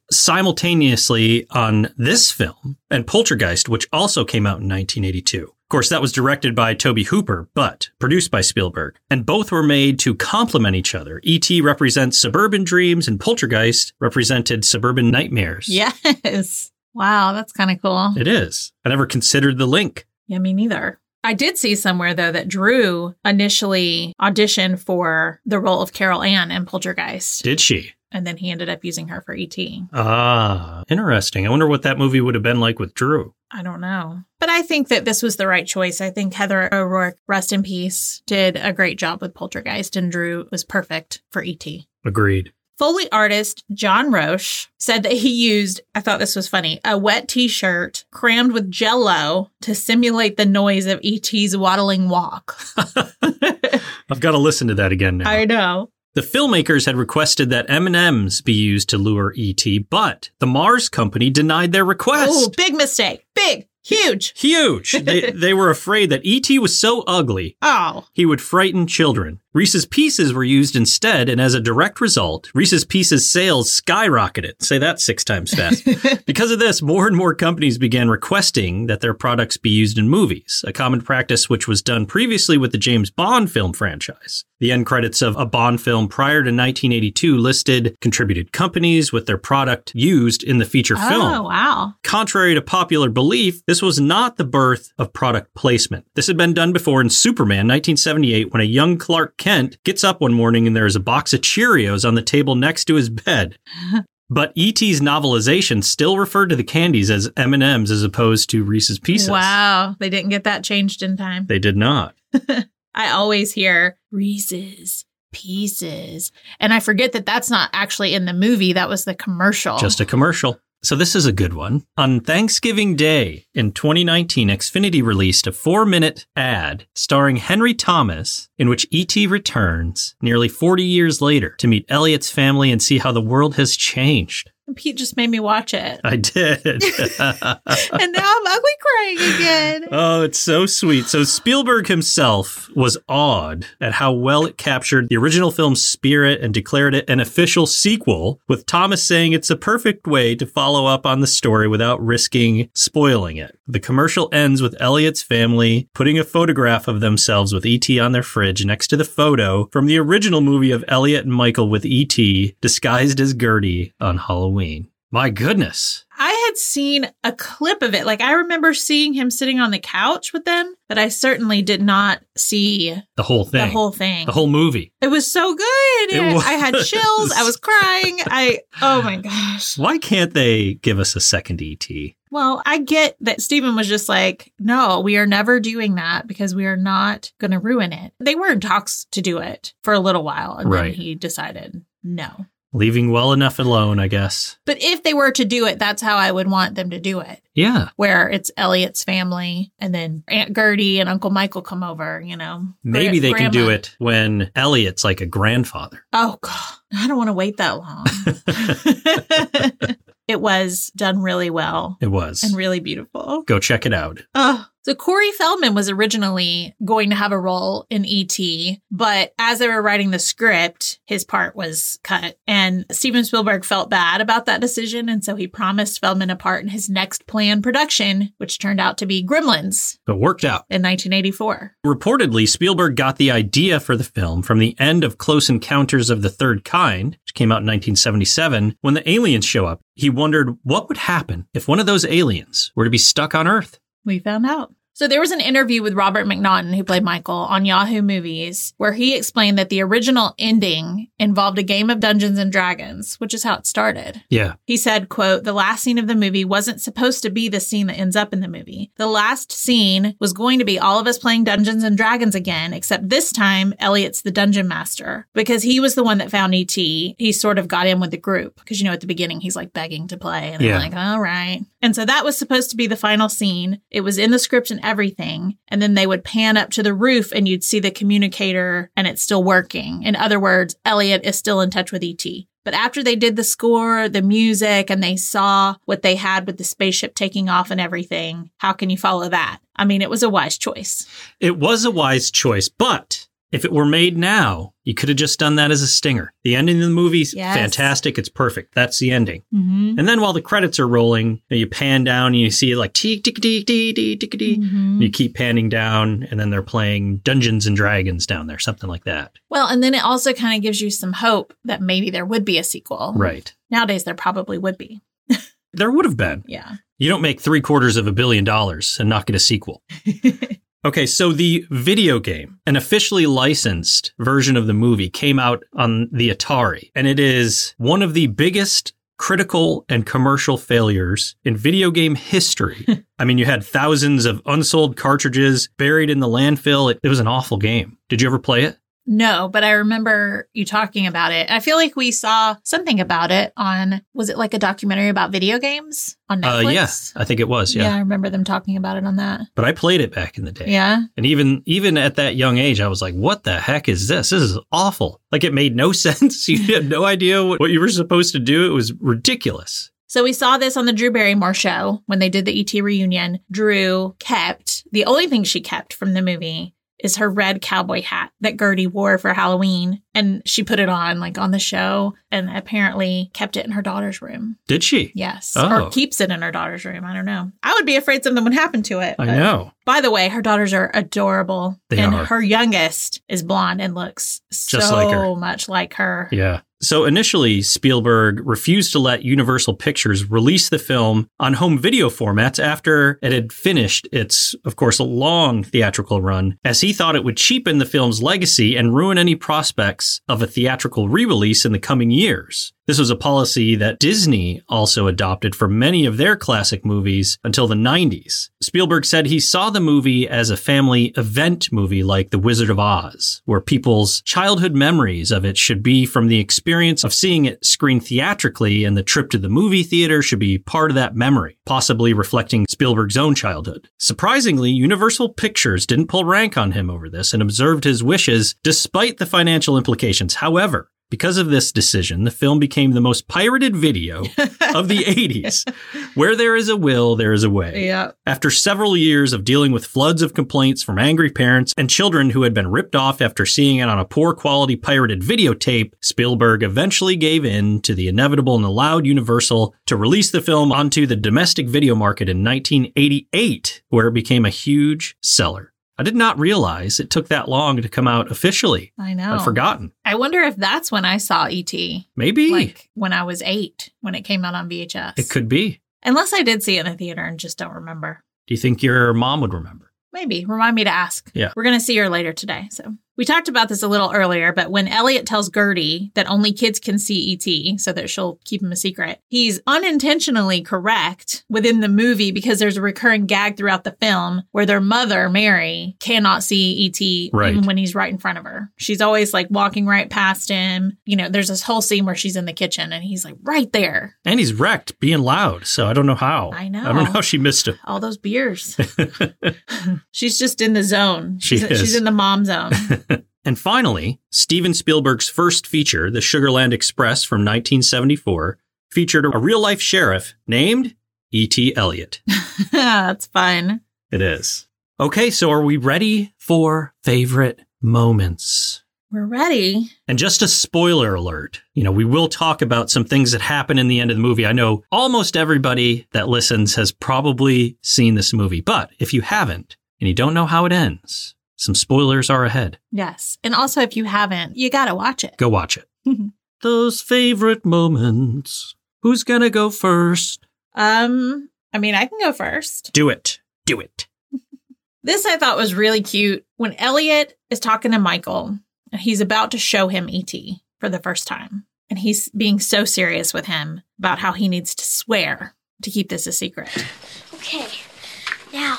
[SPEAKER 2] simultaneously on this film and Poltergeist, which also came out in 1982. Of course, that was directed by Toby Hooper, but produced by Spielberg. And both were made to complement each other. E.T. represents suburban dreams, and Poltergeist represented suburban nightmares.
[SPEAKER 1] Yes. Wow, that's kind of cool.
[SPEAKER 2] It is. I never considered the link.
[SPEAKER 1] Yeah, me neither. I did see somewhere though that Drew initially auditioned for the role of Carol Ann in Poltergeist,
[SPEAKER 2] Did she?
[SPEAKER 1] and then he ended up using her for E ET.
[SPEAKER 2] Ah, interesting. I wonder what that movie would have been like with Drew.
[SPEAKER 1] I don't know. But I think that this was the right choice. I think Heather O'Rourke, rest in peace, did a great job with Poltergeist, and Drew was perfect for E ET.
[SPEAKER 2] Agreed.
[SPEAKER 1] Foley artist John Roche said that he used, I thought this was funny, a wet t shirt crammed with jello to simulate the noise of E.T.'s waddling walk.
[SPEAKER 2] I've got to listen to that again now.
[SPEAKER 1] I know.
[SPEAKER 2] The filmmakers had requested that M&Ms be used to lure ET, but the Mars company denied their request.
[SPEAKER 1] Oh, big mistake. Big, huge.
[SPEAKER 2] Huge. They, they were afraid that ET was so ugly,
[SPEAKER 1] Oh,
[SPEAKER 2] he would frighten children. Reese's Pieces were used instead, and as a direct result, Reese's Pieces sales skyrocketed. Say that six times fast. because of this, more and more companies began requesting that their products be used in movies, a common practice which was done previously with the James Bond film franchise. The end credits of a Bond film prior to 1982 listed contributed companies with their product used in the feature film.
[SPEAKER 1] oh, wow.
[SPEAKER 2] Contrary to popular belief, this was not the birth of product placement. This had been done before in Superman 1978 when a young Clark Kent gets up one morning and there is a box of Cheerios on the table next to his bed. But E.T.'s novelization still referred to the candies as M&Ms as opposed to Reese's Pieces.
[SPEAKER 1] Wow. They didn't get that changed in time.
[SPEAKER 2] They did not.
[SPEAKER 1] I always hear Reese's pieces. And I forget that that's not actually in the movie. That was the commercial.
[SPEAKER 2] Just a commercial. So this is a good one. On Thanksgiving Day in 2019, Xfinity released a four-minute ad starring Henry Thomas in which E.T. returns nearly 40 years later to meet Elliot's family and see how the world has changed.
[SPEAKER 1] Pete just made me watch it.
[SPEAKER 2] I did.
[SPEAKER 1] and now I'm ugly crying again.
[SPEAKER 2] oh, it's so sweet. So Spielberg himself was awed at how well it captured the original film's spirit and declared it an official sequel, with Thomas saying it's a perfect way to follow up on the story without risking spoiling it. The commercial ends with Elliot's family putting a photograph of themselves with E.T. on their fridge next to the photo from the original movie of Elliot and Michael with E.T. disguised as Gertie on Halloween. My goodness.
[SPEAKER 1] I had seen a clip of it. Like I remember seeing him sitting on the couch with them, but I certainly did not see
[SPEAKER 2] The whole thing.
[SPEAKER 1] the whole thing.
[SPEAKER 2] the whole movie.
[SPEAKER 1] it was so good.
[SPEAKER 2] It
[SPEAKER 1] I had
[SPEAKER 2] was.
[SPEAKER 1] chills. I was crying. I oh my gosh.
[SPEAKER 2] Why can't they give us a second E ET?
[SPEAKER 1] Well, I get that Stephen was just like, no, we are never doing that because we are not going to ruin it. They were in talks to do it for a little while, and then
[SPEAKER 2] Right.
[SPEAKER 1] he decided no.
[SPEAKER 2] Leaving well enough alone, I guess.
[SPEAKER 1] But if they were to do it, that's how I would want them to do it.
[SPEAKER 2] Yeah.
[SPEAKER 1] Where it's Elliot's family and then Aunt Gertie and Uncle Michael come over, you know.
[SPEAKER 2] Maybe
[SPEAKER 1] Gra-
[SPEAKER 2] they can do
[SPEAKER 1] Grandma.
[SPEAKER 2] it when Elliot's like a grandfather.
[SPEAKER 1] Oh god, I don't want to wait that long. it was done really well
[SPEAKER 2] It was.
[SPEAKER 1] and really beautiful.
[SPEAKER 2] Go check it out.
[SPEAKER 1] Oh. So Corey Feldman was originally going to have a role in E.T., but as they were writing the script, his part was cut. And Steven Spielberg felt bad about that decision, and so he promised Feldman a part in his next planned production, which turned out to be Gremlins
[SPEAKER 2] It worked out.
[SPEAKER 1] in 1984.
[SPEAKER 2] Reportedly, Spielberg got the idea for the film from the end of Close Encounters of the Third Kind, which came out in 1977, when the aliens show up. He wondered what would happen if one of those aliens were to be stuck on Earth.
[SPEAKER 1] We found out. So there was an interview with Robert McNaughton, who played Michael, on Yahoo Movies, where he explained that the original ending involved a game of Dungeons and Dragons, which is how it started.
[SPEAKER 2] Yeah.
[SPEAKER 1] He said, quote, the last scene of the movie wasn't supposed to be the scene that ends up in the movie. The last scene was going to be all of us playing Dungeons and Dragons again, except this time Elliot's the dungeon master because he was the one that found ET. He sort of got in with the group because, you know, at the beginning he's like begging to play and
[SPEAKER 2] Yeah.
[SPEAKER 1] they're like, all right. And so that was supposed to be the final scene. It was in the script and everything. And then they would pan up to the roof and you'd see the communicator and it's still working. In other words, Elliot is still in touch with ET. But after they did the score, the music, and they saw what they had with the spaceship taking off and everything, how can you follow that? I mean, it was a wise choice.
[SPEAKER 2] It was a wise choice, but if it were made now, you could have just done that as a stinger. The ending of the movie's
[SPEAKER 1] Yes.
[SPEAKER 2] fantastic. It's perfect. That's the ending.
[SPEAKER 1] Mm-hmm.
[SPEAKER 2] And then while the credits are rolling, you, know, you pan down and you see like tick tick tick tick tick tick tick.
[SPEAKER 1] Mm-hmm.
[SPEAKER 2] You keep panning down, and then they're playing Dungeons and Dragons down there, something like that.
[SPEAKER 1] Well, and then it also kind of gives you some hope that maybe there would be a sequel.
[SPEAKER 2] Right.
[SPEAKER 1] Nowadays, there probably would be.
[SPEAKER 2] There would have been.
[SPEAKER 1] Yeah.
[SPEAKER 2] You don't make three quarters of a billion dollars and not get a sequel. okay, so the video game, an officially licensed version of the movie, came out on the Atari, and it is one of the biggest critical and commercial failures in video game history. I mean, you had thousands of unsold cartridges buried in the landfill. It, it was an awful game. Did you ever play it?
[SPEAKER 1] No, but I remember you talking about it. I feel like we saw something about it on, was it like a documentary about video games on Netflix?
[SPEAKER 2] Uh, yeah, I think it was. Yeah.
[SPEAKER 1] I remember them talking about it on that.
[SPEAKER 2] but I played it back in the day.
[SPEAKER 1] Yeah.
[SPEAKER 2] And even even at that young age, I was like, "What the heck is this? This is awful! Like it made no sense. You had no idea what, what you were supposed to do. It was ridiculous."
[SPEAKER 1] So we saw this on the Drew Barrymore show when they did the ET reunion. Drew kept the only thing she kept from the movie is her red cowboy hat that Gertie wore for Halloween and she put it on like on the show and apparently kept it in her daughter's room.
[SPEAKER 2] Did she?
[SPEAKER 1] Yes.
[SPEAKER 2] Oh.
[SPEAKER 1] Or keeps it in her daughter's room. I don't know. I would be afraid something would happen to it.
[SPEAKER 2] I
[SPEAKER 1] but-
[SPEAKER 2] know.
[SPEAKER 1] By the way, her daughters are adorable.
[SPEAKER 2] They
[SPEAKER 1] and
[SPEAKER 2] are.
[SPEAKER 1] her youngest is blonde and looks
[SPEAKER 2] Just
[SPEAKER 1] so
[SPEAKER 2] like her.
[SPEAKER 1] much like her.
[SPEAKER 2] Yeah. So initially, Spielberg refused to let Universal Pictures release the film on home video formats after it had finished its, of course, long theatrical run, as he thought it would cheapen the film's legacy and ruin any prospects of a theatrical re release in the coming years. This was a policy that Disney also adopted for many of their classic movies until the 90s. Spielberg said he saw the movie as a family event movie like The Wizard of Oz, where people's childhood memories of it should be from the experience of seeing it screened theatrically, and the trip to the movie theater should be part of that memory, possibly reflecting Spielberg's own childhood. Surprisingly, Universal Pictures didn't pull rank on him over this and observed his wishes despite the financial implications. However, because of this decision, the film became the most pirated video of the 80s. Where there is a will, there is a way.
[SPEAKER 1] Yeah.
[SPEAKER 2] After several years of dealing with floods of complaints from angry parents and children who had been ripped off after seeing it on a poor quality pirated videotape, Spielberg eventually gave in to the inevitable and allowed Universal to release the film onto the domestic video market in 1988, where it became a huge seller. I did not realize it took that long to come out officially.
[SPEAKER 1] I know.
[SPEAKER 2] I'd forgotten.
[SPEAKER 1] I wonder if that's when I saw ET.
[SPEAKER 2] Maybe
[SPEAKER 1] like when I was eight when it came out on VHS.
[SPEAKER 2] it could be.
[SPEAKER 1] Unless I did see it in a theater and just don't remember.
[SPEAKER 2] Do you think your mom would remember?
[SPEAKER 1] Maybe. Remind me to ask.
[SPEAKER 2] Yeah.
[SPEAKER 1] We're going to see her later today. So We talked about this a little earlier, but when Elliot tells Gertie that only kids can see ET so that she'll keep him a secret, he's unintentionally correct within the movie because there's a recurring gag throughout the film where their mother, Mary, cannot see ET
[SPEAKER 2] Right.
[SPEAKER 1] even when he's right in front of her. She's always like walking right past him. You know, there's this whole scene where she's in the kitchen and he's like right there.
[SPEAKER 2] And he's wrecked being loud, so I don't know how.
[SPEAKER 1] I know.
[SPEAKER 2] I don't know how she missed him.
[SPEAKER 1] All those beers. she's just in the zone.
[SPEAKER 2] She
[SPEAKER 1] she's,
[SPEAKER 2] is.
[SPEAKER 1] she's in the mom zone.
[SPEAKER 2] And finally, Steven Spielberg's first feature, The Sugarland Express from 1974, featured a real life sheriff named E.T. Elliott.
[SPEAKER 1] That's fun.
[SPEAKER 2] It is. Okay, so are we ready for favorite moments?
[SPEAKER 1] We're ready.
[SPEAKER 2] And just a spoiler alert, you know, we will talk about some things that happen in the end of the movie. I know almost everybody that listens has probably seen this movie, but if you haven't and you don't know how it ends, some spoilers are ahead.
[SPEAKER 1] Yes. And also, if you haven't, you got to watch it.
[SPEAKER 2] Go watch it. Those favorite moments. Who's gonna go first?
[SPEAKER 1] Um, I mean, I can go first.
[SPEAKER 2] Do it. Do it.
[SPEAKER 1] This I thought was really cute when Elliot is talking to Michael and he's about to show him ET for the first time. And he's being so serious with him about how he needs to swear to keep this a secret.
[SPEAKER 5] Okay, now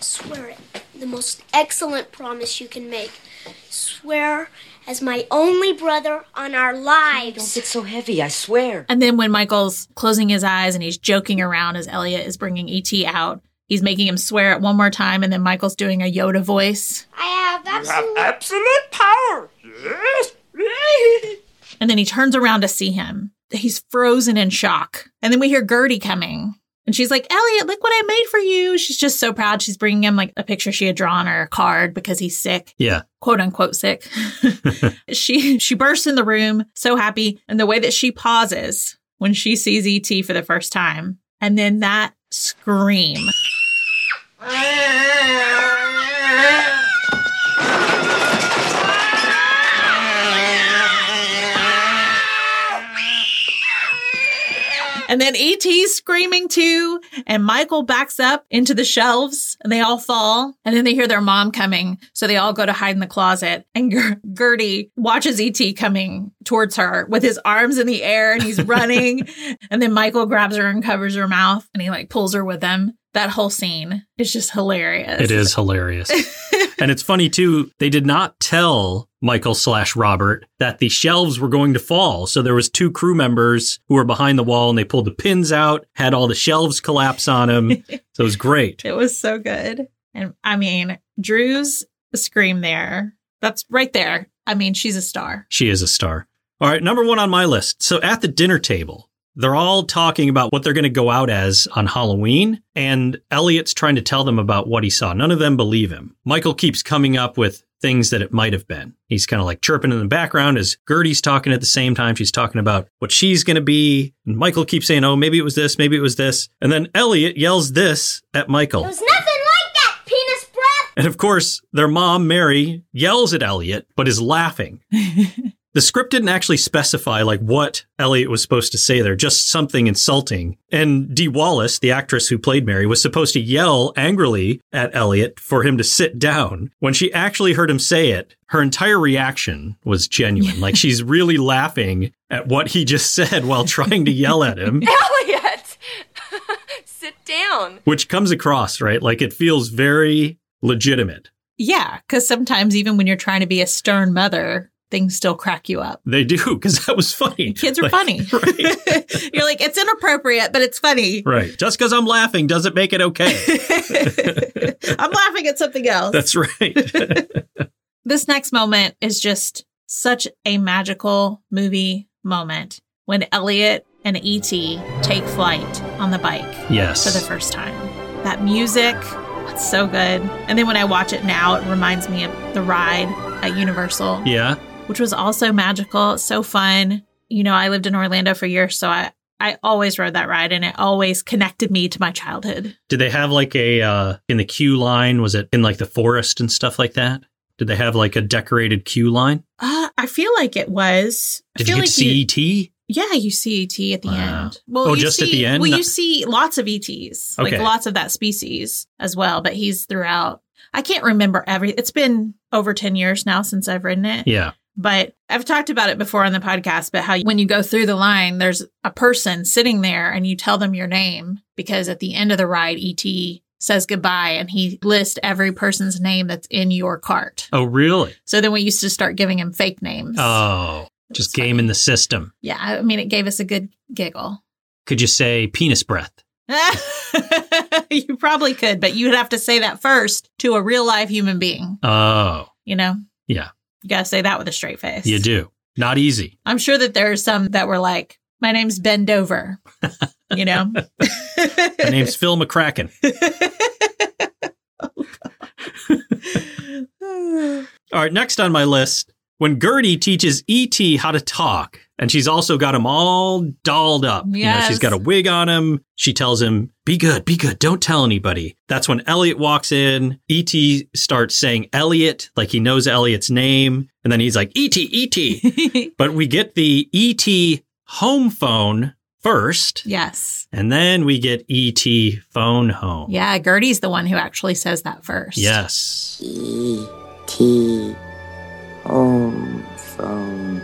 [SPEAKER 5] swear it. The most excellent promise you can make. Swear as my only brother on our
[SPEAKER 6] Don't
[SPEAKER 5] lives.
[SPEAKER 6] get so heavy, I swear.
[SPEAKER 1] And then when Michael's closing his eyes and he's joking around as Elliot is bringing ET out, he's making him swear it one more time. And then Michael's doing a Yoda voice.
[SPEAKER 5] I have absolute.
[SPEAKER 7] absolute power. Yes.
[SPEAKER 1] And then he turns around to see him. He's frozen in shock. And then we hear Gertie coming. And she's like, Elliot, look what I made for you. She's just so proud. She's bringing him like a picture she had drawn or a card because he's sick,
[SPEAKER 2] Yeah.
[SPEAKER 1] quote unquote sick. she she bursts in the room, so happy. And the way that she pauses when she sees ET for the first time, and then that scream. And then ET's screaming too. And Michael backs up into the shelves and they all fall. And then they hear their mom coming. So they all go to hide in the closet. And Ger- Gertie watches ET coming towards her with his arms in the air and he's running. and then Michael grabs her and covers her mouth and he like pulls her with him. That whole scene is just hilarious.
[SPEAKER 2] It is hilarious. and it's funny too, they did not tell Michael slash Robert that the shelves were going to fall. So there was two crew members who were behind the wall and they pulled the pins out, had all the shelves collapse on them. so it was great.
[SPEAKER 1] It was so good. And I mean, Drew's scream there. That's right there. I mean, she's a star.
[SPEAKER 2] She is a star. All right, number one on my list. So at the dinner table, they're all talking about what they're going to go out as on Halloween, and Elliot's trying to tell them about what he saw. None of them believe him. Michael keeps coming up with things that it might have been. He's kind of like chirping in the background as Gertie's talking at the same time. She's talking about what she's going to be. And Michael keeps saying, oh, maybe it was this, maybe it was this. And then Elliot yells this at Michael.
[SPEAKER 5] There was nothing like that, penis breath.
[SPEAKER 2] And of course, their mom, Mary, yells at Elliot, but is laughing. the script didn't actually specify like what Elliot was supposed to say there, just something insulting. And Dee Wallace, the actress who played Mary, was supposed to yell angrily at Elliot for him to sit down. When she actually heard him say it, her entire reaction was genuine. like she's really laughing at what he just said while trying to yell at him.
[SPEAKER 8] Elliot! Sit down.
[SPEAKER 2] Which comes across, right? Like it feels very legitimate.
[SPEAKER 1] Yeah, because sometimes even when you're trying to be a stern mother, things still crack you up.
[SPEAKER 2] They do, because that was funny.
[SPEAKER 1] Kids are
[SPEAKER 2] Like,
[SPEAKER 1] funny.
[SPEAKER 2] Right.
[SPEAKER 1] you're like, it's inappropriate, but it's funny.
[SPEAKER 2] Right. Just because I'm laughing doesn't make it okay.
[SPEAKER 1] I'm laughing at something else.
[SPEAKER 2] That's right.
[SPEAKER 1] this next moment is just such a magical movie moment when Elliot and E.T. take flight on the bike. for the
[SPEAKER 2] yes.
[SPEAKER 1] first time. That music, it's so good. And then when I watch it now, it reminds me of the ride at Universal,
[SPEAKER 2] Yeah.
[SPEAKER 1] which was also magical, so fun. You know, I lived in Orlando for years, so I, I always rode that ride and it always connected me to my childhood.
[SPEAKER 2] Did they have like a uh in the queue line? Was it in like the forest and stuff like that? Did they have like a decorated queue line?
[SPEAKER 1] Uh, I feel like it was. I
[SPEAKER 2] Did you
[SPEAKER 1] feel
[SPEAKER 2] get
[SPEAKER 1] like
[SPEAKER 2] to see E ET?
[SPEAKER 1] yeah, you see ET at the
[SPEAKER 2] Wow.
[SPEAKER 1] end. Well,
[SPEAKER 2] Oh,
[SPEAKER 1] you
[SPEAKER 2] just at
[SPEAKER 1] see-
[SPEAKER 2] the end?
[SPEAKER 1] Well,
[SPEAKER 2] No-
[SPEAKER 1] you see lots of ETs,
[SPEAKER 2] Okay.
[SPEAKER 1] like lots of that species as well, but he's throughout. I can't remember every. It's been over 10 years now since I've written it.
[SPEAKER 2] Yeah.
[SPEAKER 1] But I've talked about it before on the podcast, but how when you go through the line, there's a person sitting there and you tell them your name because at the end of the ride, ET says goodbye and he lists every person's name that's in your cart.
[SPEAKER 2] Oh, really?
[SPEAKER 1] So then we used to start giving him fake names.
[SPEAKER 2] Oh, just game in the system.
[SPEAKER 1] yeah, I mean, it gave us a good giggle.
[SPEAKER 2] Could you say penis breath?
[SPEAKER 1] you probably could, but you'd have to say that first to a real live human being,
[SPEAKER 2] Oh,
[SPEAKER 1] you know?
[SPEAKER 2] Yeah.
[SPEAKER 1] You got to say that with a straight face.
[SPEAKER 2] you do. Not easy.
[SPEAKER 1] I'm sure that there are some that were like, my name's Ben Dover, you know?
[SPEAKER 2] My name's Phil McCracken. All right, next on my list, when Gertie teaches E.T. how to talk, and she's also got him all dolled up. You know,
[SPEAKER 1] Yes.
[SPEAKER 2] she's got a wig on him. She tells him, Be good, be good, don't tell anybody. That's when Elliot walks in. E.T. starts saying Elliot, like he knows Elliot's name. And then he's like, "E E.T., E.T. but we get the E.T. home phone first,
[SPEAKER 1] yes.
[SPEAKER 2] and then we get E.T. phone home.
[SPEAKER 1] Yeah, Gertie's the one who actually says that first.
[SPEAKER 2] Yes.
[SPEAKER 6] T home phone.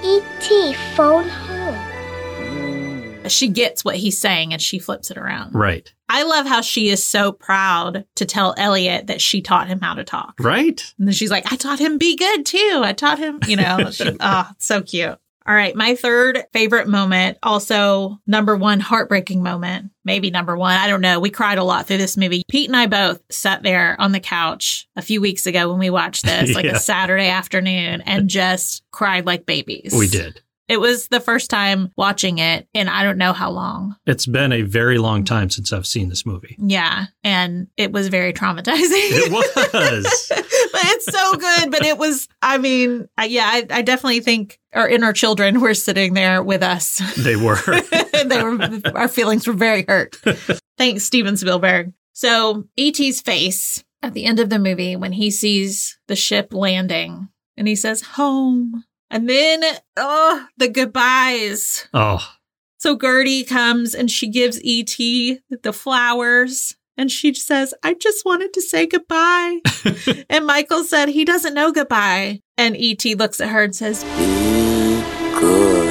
[SPEAKER 5] E.T. E phone home.
[SPEAKER 1] She gets what he's saying and she flips it around.
[SPEAKER 2] Right.
[SPEAKER 1] I love how she is so proud to tell Elliot that she taught him how to talk.
[SPEAKER 2] Right?
[SPEAKER 1] And then she's like, I taught him be good too. I taught him, you know, she- oh, so cute. All right. My third favorite moment, also number one heartbreaking moment, maybe number one. I don't know. We cried a lot through this movie. Pete and I both sat there on the couch a few weeks ago when we watched this, like
[SPEAKER 2] Yeah.
[SPEAKER 1] a Saturday afternoon, and just cried like babies.
[SPEAKER 2] We did.
[SPEAKER 1] It was the first time watching it in I don't know how long.
[SPEAKER 2] It's been a very long time since I've seen this movie.
[SPEAKER 1] Yeah. And it was very traumatizing.
[SPEAKER 2] It was.
[SPEAKER 1] but it's so good. But it was, I mean, I, yeah, I, I definitely think our inner children were sitting there with us.
[SPEAKER 2] they were.
[SPEAKER 1] they were, our feelings were very hurt. Thanks, Steven Spielberg. So E.T.'s face at the end of the movie when he sees the ship landing and he says, home. And then, oh, the goodbyes.
[SPEAKER 2] Oh,
[SPEAKER 1] So Gertie comes and she gives ET the flowers and she says, I just wanted to say goodbye. and Michael said, He doesn't know goodbye. And ET looks at her and says,
[SPEAKER 6] Be good.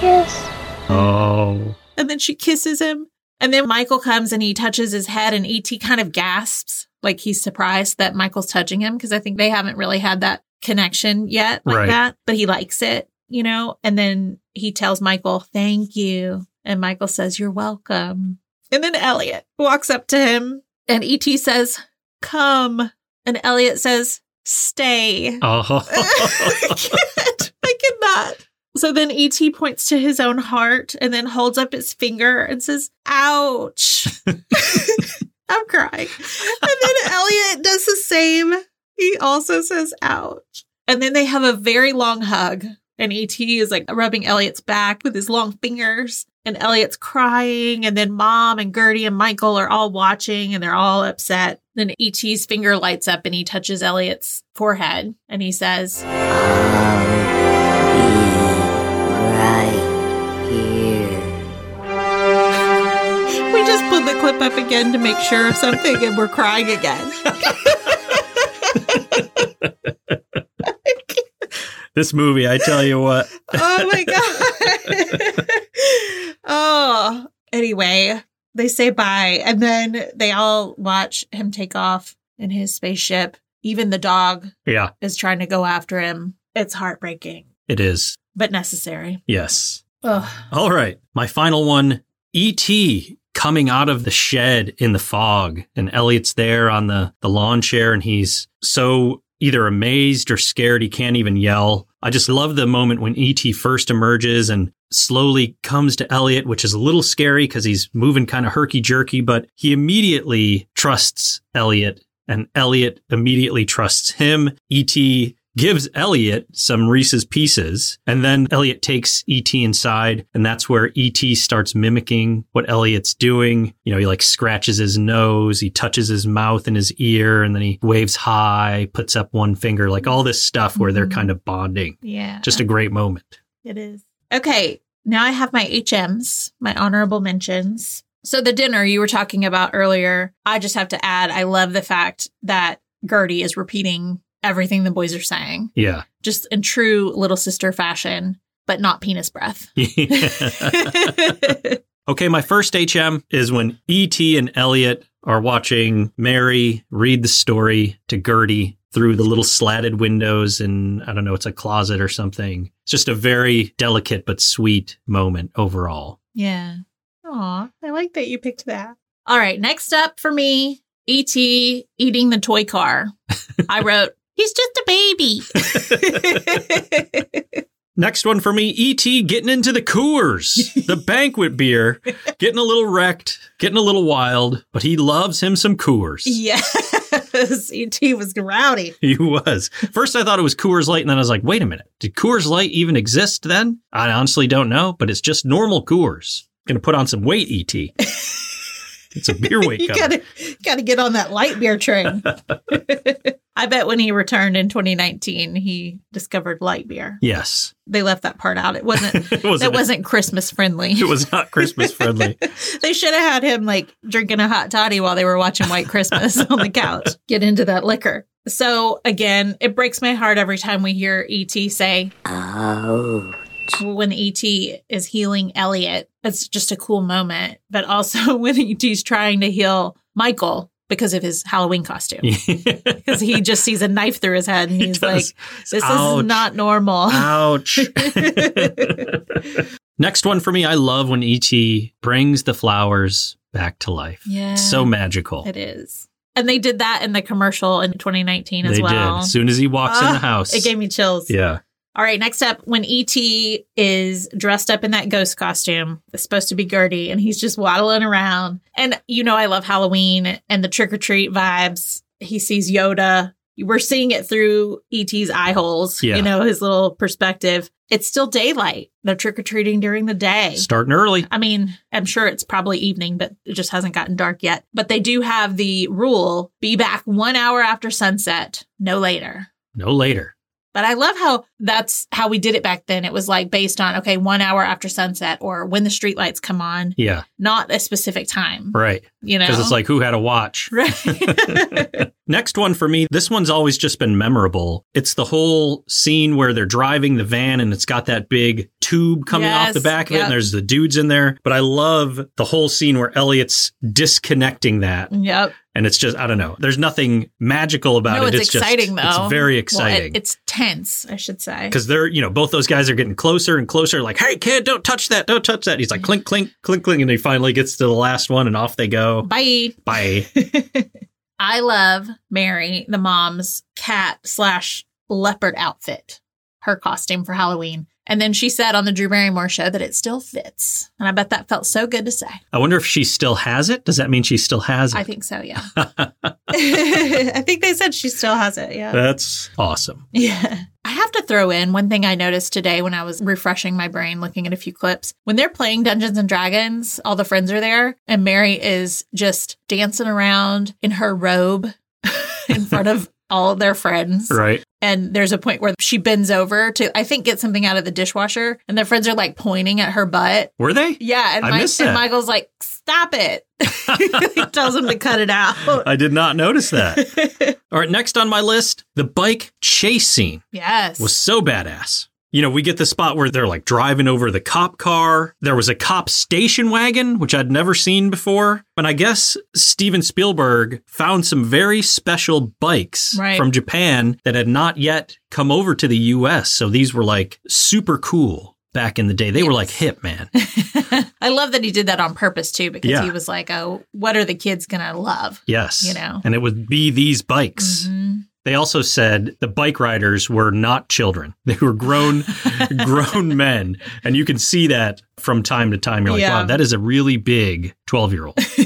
[SPEAKER 5] Yes.
[SPEAKER 2] oh,
[SPEAKER 1] and then she kisses him. And then Michael comes and he touches his head, and ET kind of gasps, like he's surprised that Michael's touching him because I think they haven't really had that connection yet, like
[SPEAKER 2] Right.
[SPEAKER 1] that. But he likes it, you know. And then he tells Michael, "Thank you," and Michael says, "You're welcome." And then Elliot walks up to him, and ET says, "Come," and Elliot says, "Stay." I
[SPEAKER 2] oh.
[SPEAKER 1] can't. I cannot. So then ET points to his own heart and then holds up his finger and says, Ouch. I'm crying. And then Elliot does the same. He also says, Ouch. And then they have a very long hug. And ET is like rubbing Elliot's back with his long fingers. And Elliot's crying. And then mom and Gertie and Michael are all watching and they're all upset. Then ET's finger lights up and he touches Elliot's forehead and he says,
[SPEAKER 6] Right here.
[SPEAKER 1] We just pulled the clip up again to make sure of something and we're crying again.
[SPEAKER 2] this movie, I tell you what.
[SPEAKER 1] Oh my God. oh, anyway, they say bye and then they all watch him take off in his spaceship. Even the dog
[SPEAKER 2] Yeah,
[SPEAKER 1] is trying to go after him. It's heartbreaking,
[SPEAKER 2] it is.
[SPEAKER 1] but necessary.
[SPEAKER 2] Yes.
[SPEAKER 1] Ugh.
[SPEAKER 2] All right. My final one E.T. coming out of the shed in the fog, and Elliot's there on the, the lawn chair, and he's so either amazed or scared he can't even yell. I just love the moment when E.T. first emerges and slowly comes to Elliot, which is a little scary because he's moving kind of herky jerky, but he immediately trusts Elliot, and Elliot immediately trusts him. E.T gives Elliot some Reese's pieces, and then Elliot takes ET inside, and that's where ET starts mimicking what Elliot's doing. You know, he like scratches his nose, he touches his mouth and his ear, and then he waves high, puts up one finger, like all this stuff where they're
[SPEAKER 1] Mhm.
[SPEAKER 2] kind of bonding.
[SPEAKER 1] Yeah.
[SPEAKER 2] Just a great moment.
[SPEAKER 1] it is. Okay. Now I have my HMs, my honorable mentions. So the dinner you were talking about earlier, I just have to add, I love the fact that Gertie is repeating everything the boys are saying,
[SPEAKER 2] Yeah.
[SPEAKER 1] just in true little sister fashion, but not penis breath.
[SPEAKER 2] okay, my first HM is when E.T. and Elliot are watching Mary read the story to Gertie through the little slatted windows and I don't know, it's a closet or something. It's just a very delicate but sweet moment overall.
[SPEAKER 1] Yeah. Aw, I like that you picked that. All right, next up for me, E.T. eating the toy car. I wrote, he's just a baby.
[SPEAKER 2] Next one for me, E.T. getting into the Coors, the banquet beer, getting a little wrecked, getting a little wild, but he loves him some Coors.
[SPEAKER 1] yes, E.T. was rowdy.
[SPEAKER 2] He was. First, I thought it was Coors Light, and then I was like, wait a minute. Did Coors Light even exist then? I honestly don't know, but it's just normal Coors. Gonna put on some weight, ET. it's a beer weight
[SPEAKER 1] you
[SPEAKER 2] cover.
[SPEAKER 1] gotta gotta get on that light beer train. I bet when he returned in 2019, he discovered light beer.
[SPEAKER 2] Yes.
[SPEAKER 1] They left that part out. It wasn't.
[SPEAKER 2] It wasn't,
[SPEAKER 1] That wasn't Christmas friendly.
[SPEAKER 2] it was not Christmas friendly.
[SPEAKER 1] They should have had him like drinking a hot toddy while they were watching White Christmas on the couch. Get into that liquor. So again, it breaks my heart every time we hear ET say
[SPEAKER 6] Ouch.
[SPEAKER 1] when ET is healing Elliot. It's just a cool moment, but also when ET's trying to heal Michael because of his Halloween costume. because he just sees a knife through his head and
[SPEAKER 2] He
[SPEAKER 1] he's
[SPEAKER 2] does.
[SPEAKER 1] like, "This
[SPEAKER 2] Ouch.
[SPEAKER 1] is not normal."
[SPEAKER 2] Ouch. Next one for me, I love when ET brings the flowers back to life.
[SPEAKER 1] Yeah.
[SPEAKER 2] It's so magical.
[SPEAKER 1] it is, and they did that in the commercial in 2019 as
[SPEAKER 2] they
[SPEAKER 1] well.
[SPEAKER 2] did. As soon as he walks in
[SPEAKER 1] Ah,
[SPEAKER 2] the house.
[SPEAKER 1] It gave me chills.
[SPEAKER 2] yeah.
[SPEAKER 1] All right, next up, when ET is dressed up in that ghost costume, it's supposed to be Gertie, and he's just waddling around. And you know, I love Halloween and the trick or treat vibes. He sees Yoda. We're seeing it through ET's eye holes,
[SPEAKER 2] Yeah.
[SPEAKER 1] you know, his little perspective. It's still daylight. They're trick or treating during the day.
[SPEAKER 2] Starting early.
[SPEAKER 1] I mean, I'm sure it's probably evening, but it just hasn't gotten dark yet. But they do have the rule be back one hour after sunset, no later.
[SPEAKER 2] No later.
[SPEAKER 1] But I love how that's how we did it back then. It was like based on, okay, one hour after sunset or when the streetlights come on,
[SPEAKER 2] Yeah.
[SPEAKER 1] not a specific time,
[SPEAKER 2] Right.
[SPEAKER 1] you know?
[SPEAKER 2] Because it's like who had a watch.
[SPEAKER 1] right.
[SPEAKER 2] Next one for me, this one's always just been memorable. It's the whole scene where they're driving the van and it's got that big tube coming off
[SPEAKER 1] Yes,
[SPEAKER 2] the back of it
[SPEAKER 1] yep.
[SPEAKER 2] and there's the dudes in there. But I love the whole scene where Elliot's disconnecting that.
[SPEAKER 1] yep.
[SPEAKER 2] And it's just, I don't know, there's nothing magical about
[SPEAKER 1] no,
[SPEAKER 2] it.
[SPEAKER 1] it's, exciting
[SPEAKER 2] just,
[SPEAKER 1] though.
[SPEAKER 2] It's very
[SPEAKER 1] Well, it-
[SPEAKER 2] exciting.
[SPEAKER 1] it's tense, I should say.
[SPEAKER 2] because they're, you know, both those guys are getting closer and closer, like, hey, kid, don't touch that, don't touch that. And he's like, clink, clink, clink, clink. And he finally gets to the last one and off they go.
[SPEAKER 1] Bye.
[SPEAKER 2] Bye.
[SPEAKER 1] I love Mary, the mom's cat slash leopard outfit, her costume for Halloween. And then she said on the Drew Barrymore show that it still fits. And I bet that felt so good to say.
[SPEAKER 2] I wonder if she still has it. Does that mean she still has it?
[SPEAKER 1] I think so, yeah. I think they said she still has it, yeah.
[SPEAKER 2] That's awesome.
[SPEAKER 1] Yeah. I have to throw in one thing I noticed today when I was refreshing my brain looking at a few clips. When they're playing Dungeons and Dragons, all the friends are there, and Mary is just dancing around in her robe in front of all their friends.
[SPEAKER 2] Right.
[SPEAKER 1] And there's a point where she bends over to, I think, get something out of the dishwasher, and their friends are like pointing at her butt.
[SPEAKER 2] Were they?
[SPEAKER 1] Yeah. And,
[SPEAKER 2] I
[SPEAKER 1] Mike,
[SPEAKER 2] missed
[SPEAKER 1] and
[SPEAKER 2] that.
[SPEAKER 1] Michael's like, stop it. he tells him to cut it out.
[SPEAKER 2] I did not notice that. All right, next on my list, the bike chase scene
[SPEAKER 1] Yes.
[SPEAKER 2] was so badass. You know, we get the spot where they're like driving over the cop car. There was a cop station wagon, which I'd never seen before. And I guess Steven Spielberg found some very special bikes
[SPEAKER 1] Right.
[SPEAKER 2] from Japan that had not yet come over to the US. So these were like super cool back in the day. They were like hip, man.
[SPEAKER 1] I love that he did that on purpose too, because
[SPEAKER 2] Yeah.
[SPEAKER 1] he was like, "Oh, what are the kids gonna love?"
[SPEAKER 2] Yes.
[SPEAKER 1] You know. Mm-hmm.
[SPEAKER 2] And it would be these bikes. They also said the bike riders were not children. They were grown grown men. And you can see that from time to time. You're like,
[SPEAKER 1] Yeah.
[SPEAKER 2] wow, that is a really big 12 year old.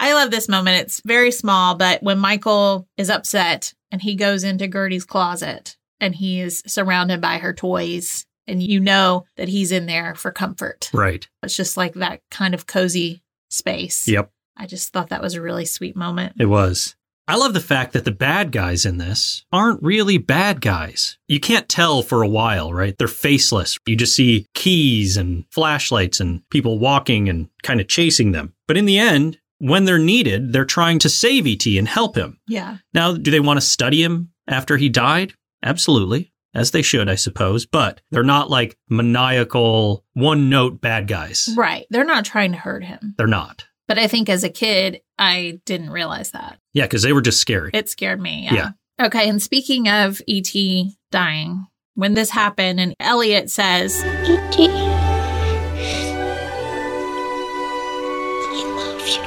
[SPEAKER 1] I love this moment. It's very small, but when Michael is upset and he goes into Gertie's closet and he is surrounded by her toys, and you know that he's in there for comfort.
[SPEAKER 2] right.
[SPEAKER 1] It's just like that kind of cozy space.
[SPEAKER 2] Yep.
[SPEAKER 1] I just thought that was a really sweet moment.
[SPEAKER 2] It was. I love the fact that the bad guys in this aren't really bad guys. You can't tell for a while, right? They're faceless. You just see keys and flashlights and people walking and kind of chasing them. But in the end, when they're needed, they're trying to save ET and help him.
[SPEAKER 1] Yeah.
[SPEAKER 2] Now, do they want to study him after he died? Absolutely. As they should, I suppose, but they're not like maniacal, one note bad guys.
[SPEAKER 1] Right. They're not trying to hurt him.
[SPEAKER 2] They're not.
[SPEAKER 1] But I think as a kid, I didn't realize that.
[SPEAKER 2] Yeah, because they were just scary.
[SPEAKER 1] It scared me. Yeah. Okay. And speaking of E.T. dying, when this happened, and Elliot says,
[SPEAKER 5] E.T. I love you.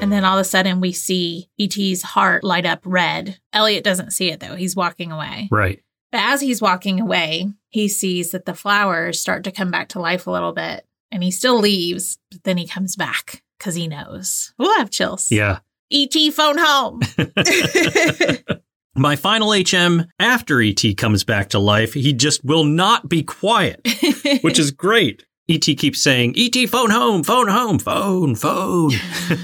[SPEAKER 1] and then all of a sudden we see E.T.'s heart light up red. Elliot doesn't see it though. He's walking away.
[SPEAKER 2] right.
[SPEAKER 1] But as he's walking away, he sees that the flowers start to come back to life a little bit and he still leaves, but then he comes back because he knows. We'll have chills.
[SPEAKER 2] Yeah.
[SPEAKER 1] E.T. phone home.
[SPEAKER 2] My final HM after ET comes back to life, he just will not be quiet, which is great. ET keeps saying, ET, phone home, phone home, phone, phone.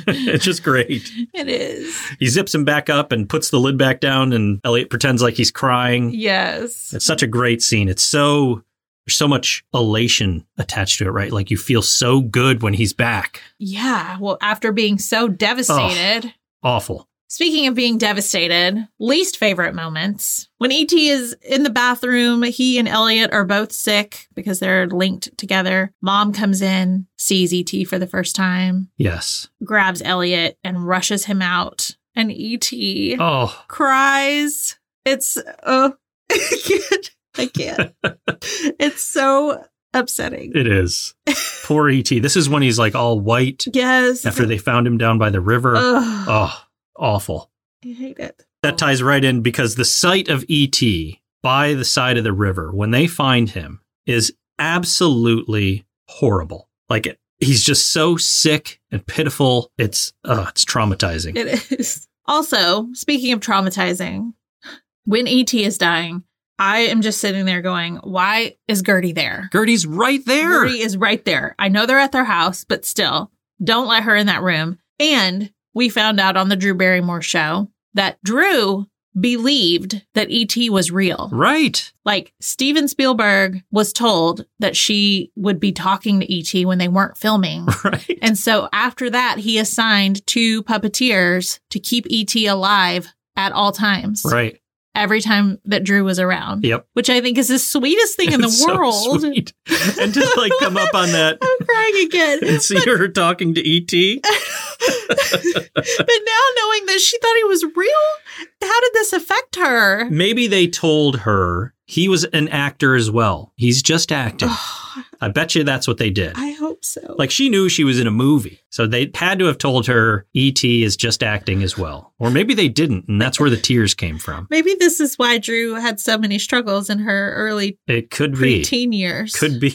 [SPEAKER 2] it's just great.
[SPEAKER 1] it is.
[SPEAKER 2] He zips him back up and puts the lid back down, and Elliot pretends like he's crying.
[SPEAKER 1] Yes.
[SPEAKER 2] It's such a great scene. It's so, there's so much elation attached to it, right? Like you feel so good when he's back.
[SPEAKER 1] Yeah. Well, after being
[SPEAKER 2] Oh.
[SPEAKER 1] so devastated,
[SPEAKER 2] Awful.
[SPEAKER 1] Speaking of being devastated, least favorite moments. When ET is in the bathroom, he and Elliot are both sick because they're linked together. Mom comes in, sees ET for the first time,
[SPEAKER 2] Yes.
[SPEAKER 1] grabs Elliot and rushes him out. And ET
[SPEAKER 2] Oh,
[SPEAKER 1] cries. It's, oh, I can't. I can't. it's so upsetting.
[SPEAKER 2] it is. Poor ET. This is when he's like all white
[SPEAKER 1] Yes.
[SPEAKER 2] after they found him down by the river.
[SPEAKER 1] Ugh,
[SPEAKER 2] Oh, awful.
[SPEAKER 1] I hate it.
[SPEAKER 2] That ties right in because the sight of ET by the side of the river when they find him is absolutely horrible. Like it, he's just so sick and pitiful. It's uh, it's traumatizing.
[SPEAKER 1] It is. Also, speaking of traumatizing, when ET is dying, I am just sitting there going, why is Gertie there?
[SPEAKER 2] Gertie's right there.
[SPEAKER 1] Gertie is right there. I know they're at their house, but still, don't let her in that room. And we found out on the Drew Barrymore show that Drew believed that ET was real.
[SPEAKER 2] Right.
[SPEAKER 1] Like Steven Spielberg was told that she would be talking to ET when they weren't filming.
[SPEAKER 2] Right.
[SPEAKER 1] And so after that, he assigned two puppeteers to keep ET alive at all times.
[SPEAKER 2] Right.
[SPEAKER 1] Every time that Drew was around.
[SPEAKER 2] Yep.
[SPEAKER 1] Which I think is the sweetest thing in the
[SPEAKER 2] It's so
[SPEAKER 1] world.
[SPEAKER 2] sweet. And to like come up on that
[SPEAKER 1] I'm crying again.
[SPEAKER 2] and see her talking to E ET.
[SPEAKER 1] but now knowing that she thought he was real, how did this affect her?
[SPEAKER 2] Maybe they told her he was an actor as well. He's just acting. I bet you that's what they did.
[SPEAKER 1] I hope so.
[SPEAKER 2] Like she knew she was in a movie. So they had to have told her E.T. is just acting as well. Or maybe they didn't. And that's where the tears came from.
[SPEAKER 1] Maybe this is why Drew had so many struggles in her early
[SPEAKER 2] It could be.
[SPEAKER 1] preteen years.
[SPEAKER 2] Could be.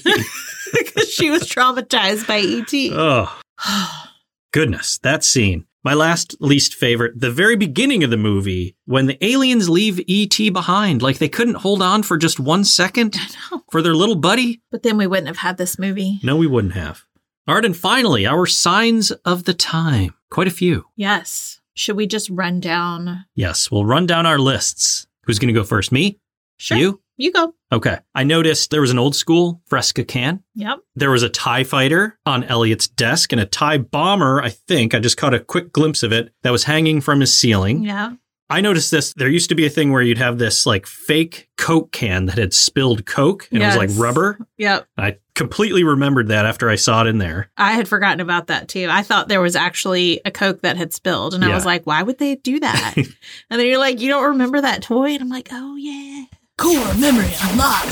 [SPEAKER 1] because she was traumatized by E ET.
[SPEAKER 2] oh, goodness. That scene. My last least favorite, the very beginning of the movie, when the aliens leave E.T. behind. Like they couldn't hold on for just one second for their little buddy.
[SPEAKER 1] but then we wouldn't have had this movie.
[SPEAKER 2] No, we wouldn't have. All right, and finally, our signs of the time. Quite a few.
[SPEAKER 1] Yes. Should we just run down?
[SPEAKER 2] Yes, we'll run down our lists. Who's going to go first? Me? You?
[SPEAKER 1] You go.
[SPEAKER 2] Okay. I noticed there was an old school Fresca can.
[SPEAKER 1] Yep.
[SPEAKER 2] There was a TIE fighter on Elliot's desk and a TIE bomber, I think. I just caught a quick glimpse of it that was hanging from his ceiling.
[SPEAKER 1] Yeah.
[SPEAKER 2] I noticed this. There used to be a thing where you'd have this like fake Coke can that had spilled Coke and it was
[SPEAKER 1] Yes.
[SPEAKER 2] like rubber.
[SPEAKER 1] Yep.
[SPEAKER 2] I completely remembered that after I saw it in there.
[SPEAKER 1] I had forgotten about that too. I thought there was actually a Coke that had spilled, and I
[SPEAKER 2] Yeah.
[SPEAKER 1] was like, why would they do that? and then you're like, you don't remember that toy? And I'm like, oh, yeah. Core memory unlocked.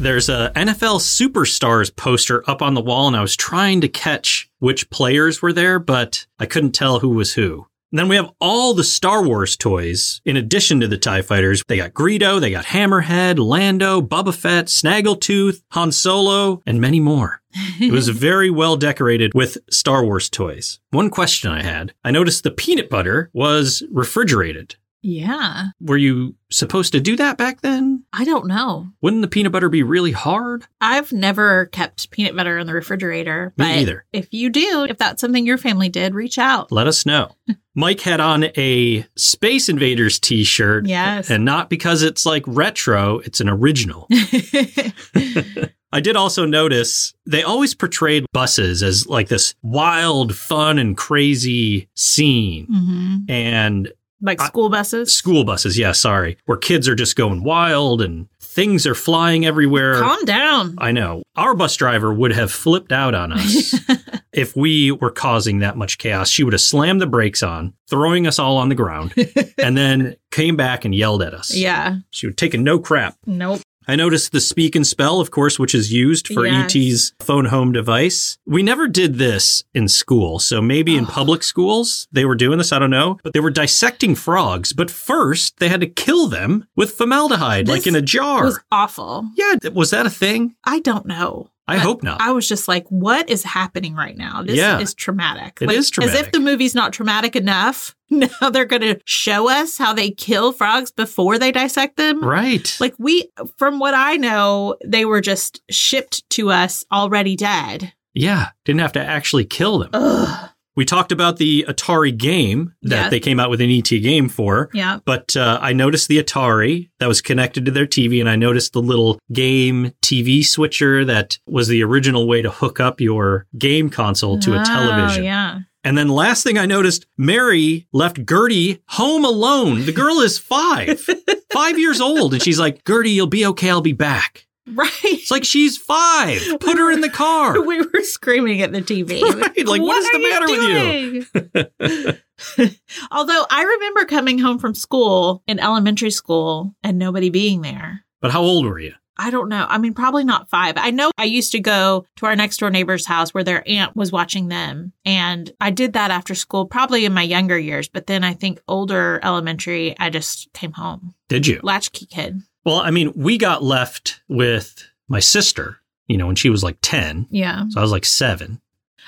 [SPEAKER 2] There's a NFL Superstars poster up on the wall, and I was trying to catch which players were there, but I couldn't tell who was who. And then we have all the Star Wars toys in addition to the TIE fighters. They got Greedo, they got Hammerhead, Lando, Boba Fett, Snaggletooth, Han Solo, and many more. It was very well decorated with Star Wars toys. One question I had I noticed the peanut butter was refrigerated.
[SPEAKER 1] Yeah.
[SPEAKER 2] Were you supposed to do that back then?
[SPEAKER 1] I don't know.
[SPEAKER 2] Wouldn't the peanut butter be really hard?
[SPEAKER 1] I've never kept peanut butter in the refrigerator.
[SPEAKER 2] Me
[SPEAKER 1] but
[SPEAKER 2] either.
[SPEAKER 1] If you do, if that's something your family did, reach out.
[SPEAKER 2] Let us know. Mike had on a Space Invaders t shirt.
[SPEAKER 1] Yes.
[SPEAKER 2] And not because it's like retro, it's an original.
[SPEAKER 1] Mm-hmm.
[SPEAKER 2] I did also notice they always portrayed buses as like this wild, fun, and crazy scene.
[SPEAKER 1] hmm
[SPEAKER 2] And
[SPEAKER 1] Like
[SPEAKER 2] I-
[SPEAKER 1] school buses.
[SPEAKER 2] school buses, yeah, sorry, where kids are just going wild and things are flying everywhere.
[SPEAKER 1] Calm down.
[SPEAKER 2] I know. Our bus driver would have flipped out on us if we were causing that much chaos. She would have slammed the brakes on, throwing us all on the ground, and then came back and yelled at us.
[SPEAKER 1] yeah.
[SPEAKER 2] She would take a no crap.
[SPEAKER 1] Nope.
[SPEAKER 2] I noticed the speak and spell, of course, which is used for
[SPEAKER 1] Yes.
[SPEAKER 2] ET's phone home device. We never did this in school. So maybe in public schools, they were doing this. I don't know. But they were dissecting frogs. But first, they had to kill them with formaldehyde, like
[SPEAKER 1] This
[SPEAKER 2] in a
[SPEAKER 1] It
[SPEAKER 2] jar.
[SPEAKER 1] was awful.
[SPEAKER 2] yeah. th- Was that a thing?
[SPEAKER 1] I don't know.
[SPEAKER 2] I
[SPEAKER 1] But
[SPEAKER 2] hope not.
[SPEAKER 1] I was just like, what is happening right now? This
[SPEAKER 2] Yeah.
[SPEAKER 1] is traumatic.
[SPEAKER 2] It
[SPEAKER 1] like,
[SPEAKER 2] is
[SPEAKER 1] As
[SPEAKER 2] traumatic.
[SPEAKER 1] if the movie's not traumatic enough, now they're going to show us how they kill frogs before they dissect them.
[SPEAKER 2] Right.
[SPEAKER 1] Like, we, from what I know, they were just shipped to us already dead.
[SPEAKER 2] Yeah, didn't have to actually kill
[SPEAKER 1] Oh.
[SPEAKER 2] them.
[SPEAKER 1] Ugh.
[SPEAKER 2] We talked about the Atari game that
[SPEAKER 1] Yeah.
[SPEAKER 2] they came out with an ET game for.
[SPEAKER 1] Yeah.
[SPEAKER 2] But uh, I noticed the Atari that was connected to their TV, and I noticed the little game TV switcher that was the original way to hook up your game console to a
[SPEAKER 1] Oh,
[SPEAKER 2] television.
[SPEAKER 1] Yeah.
[SPEAKER 2] And then last thing I noticed, Mary left Gertie home alone. The girl is five, five years old. And she's like, Gertie, you'll be okay. I'll be back.
[SPEAKER 1] Right.
[SPEAKER 2] It's like she's five. Put her in the car.
[SPEAKER 1] We were screaming at the TV.
[SPEAKER 2] Right, like, what is the matter with you?"
[SPEAKER 1] with you? Although I remember coming home from school in elementary school and nobody being there.
[SPEAKER 2] But how old were you?
[SPEAKER 1] I don't know. I mean, probably not five. I know I used to go to our next door neighbor's house where their aunt was watching them. And I did that after school, probably in my younger years. But then I think older elementary, I just came home.
[SPEAKER 2] Did you?
[SPEAKER 1] Latchkey kid.
[SPEAKER 2] Well, I mean, we got left with my sister, you know, when she was like 10.
[SPEAKER 1] Yeah.
[SPEAKER 2] So I was like seven.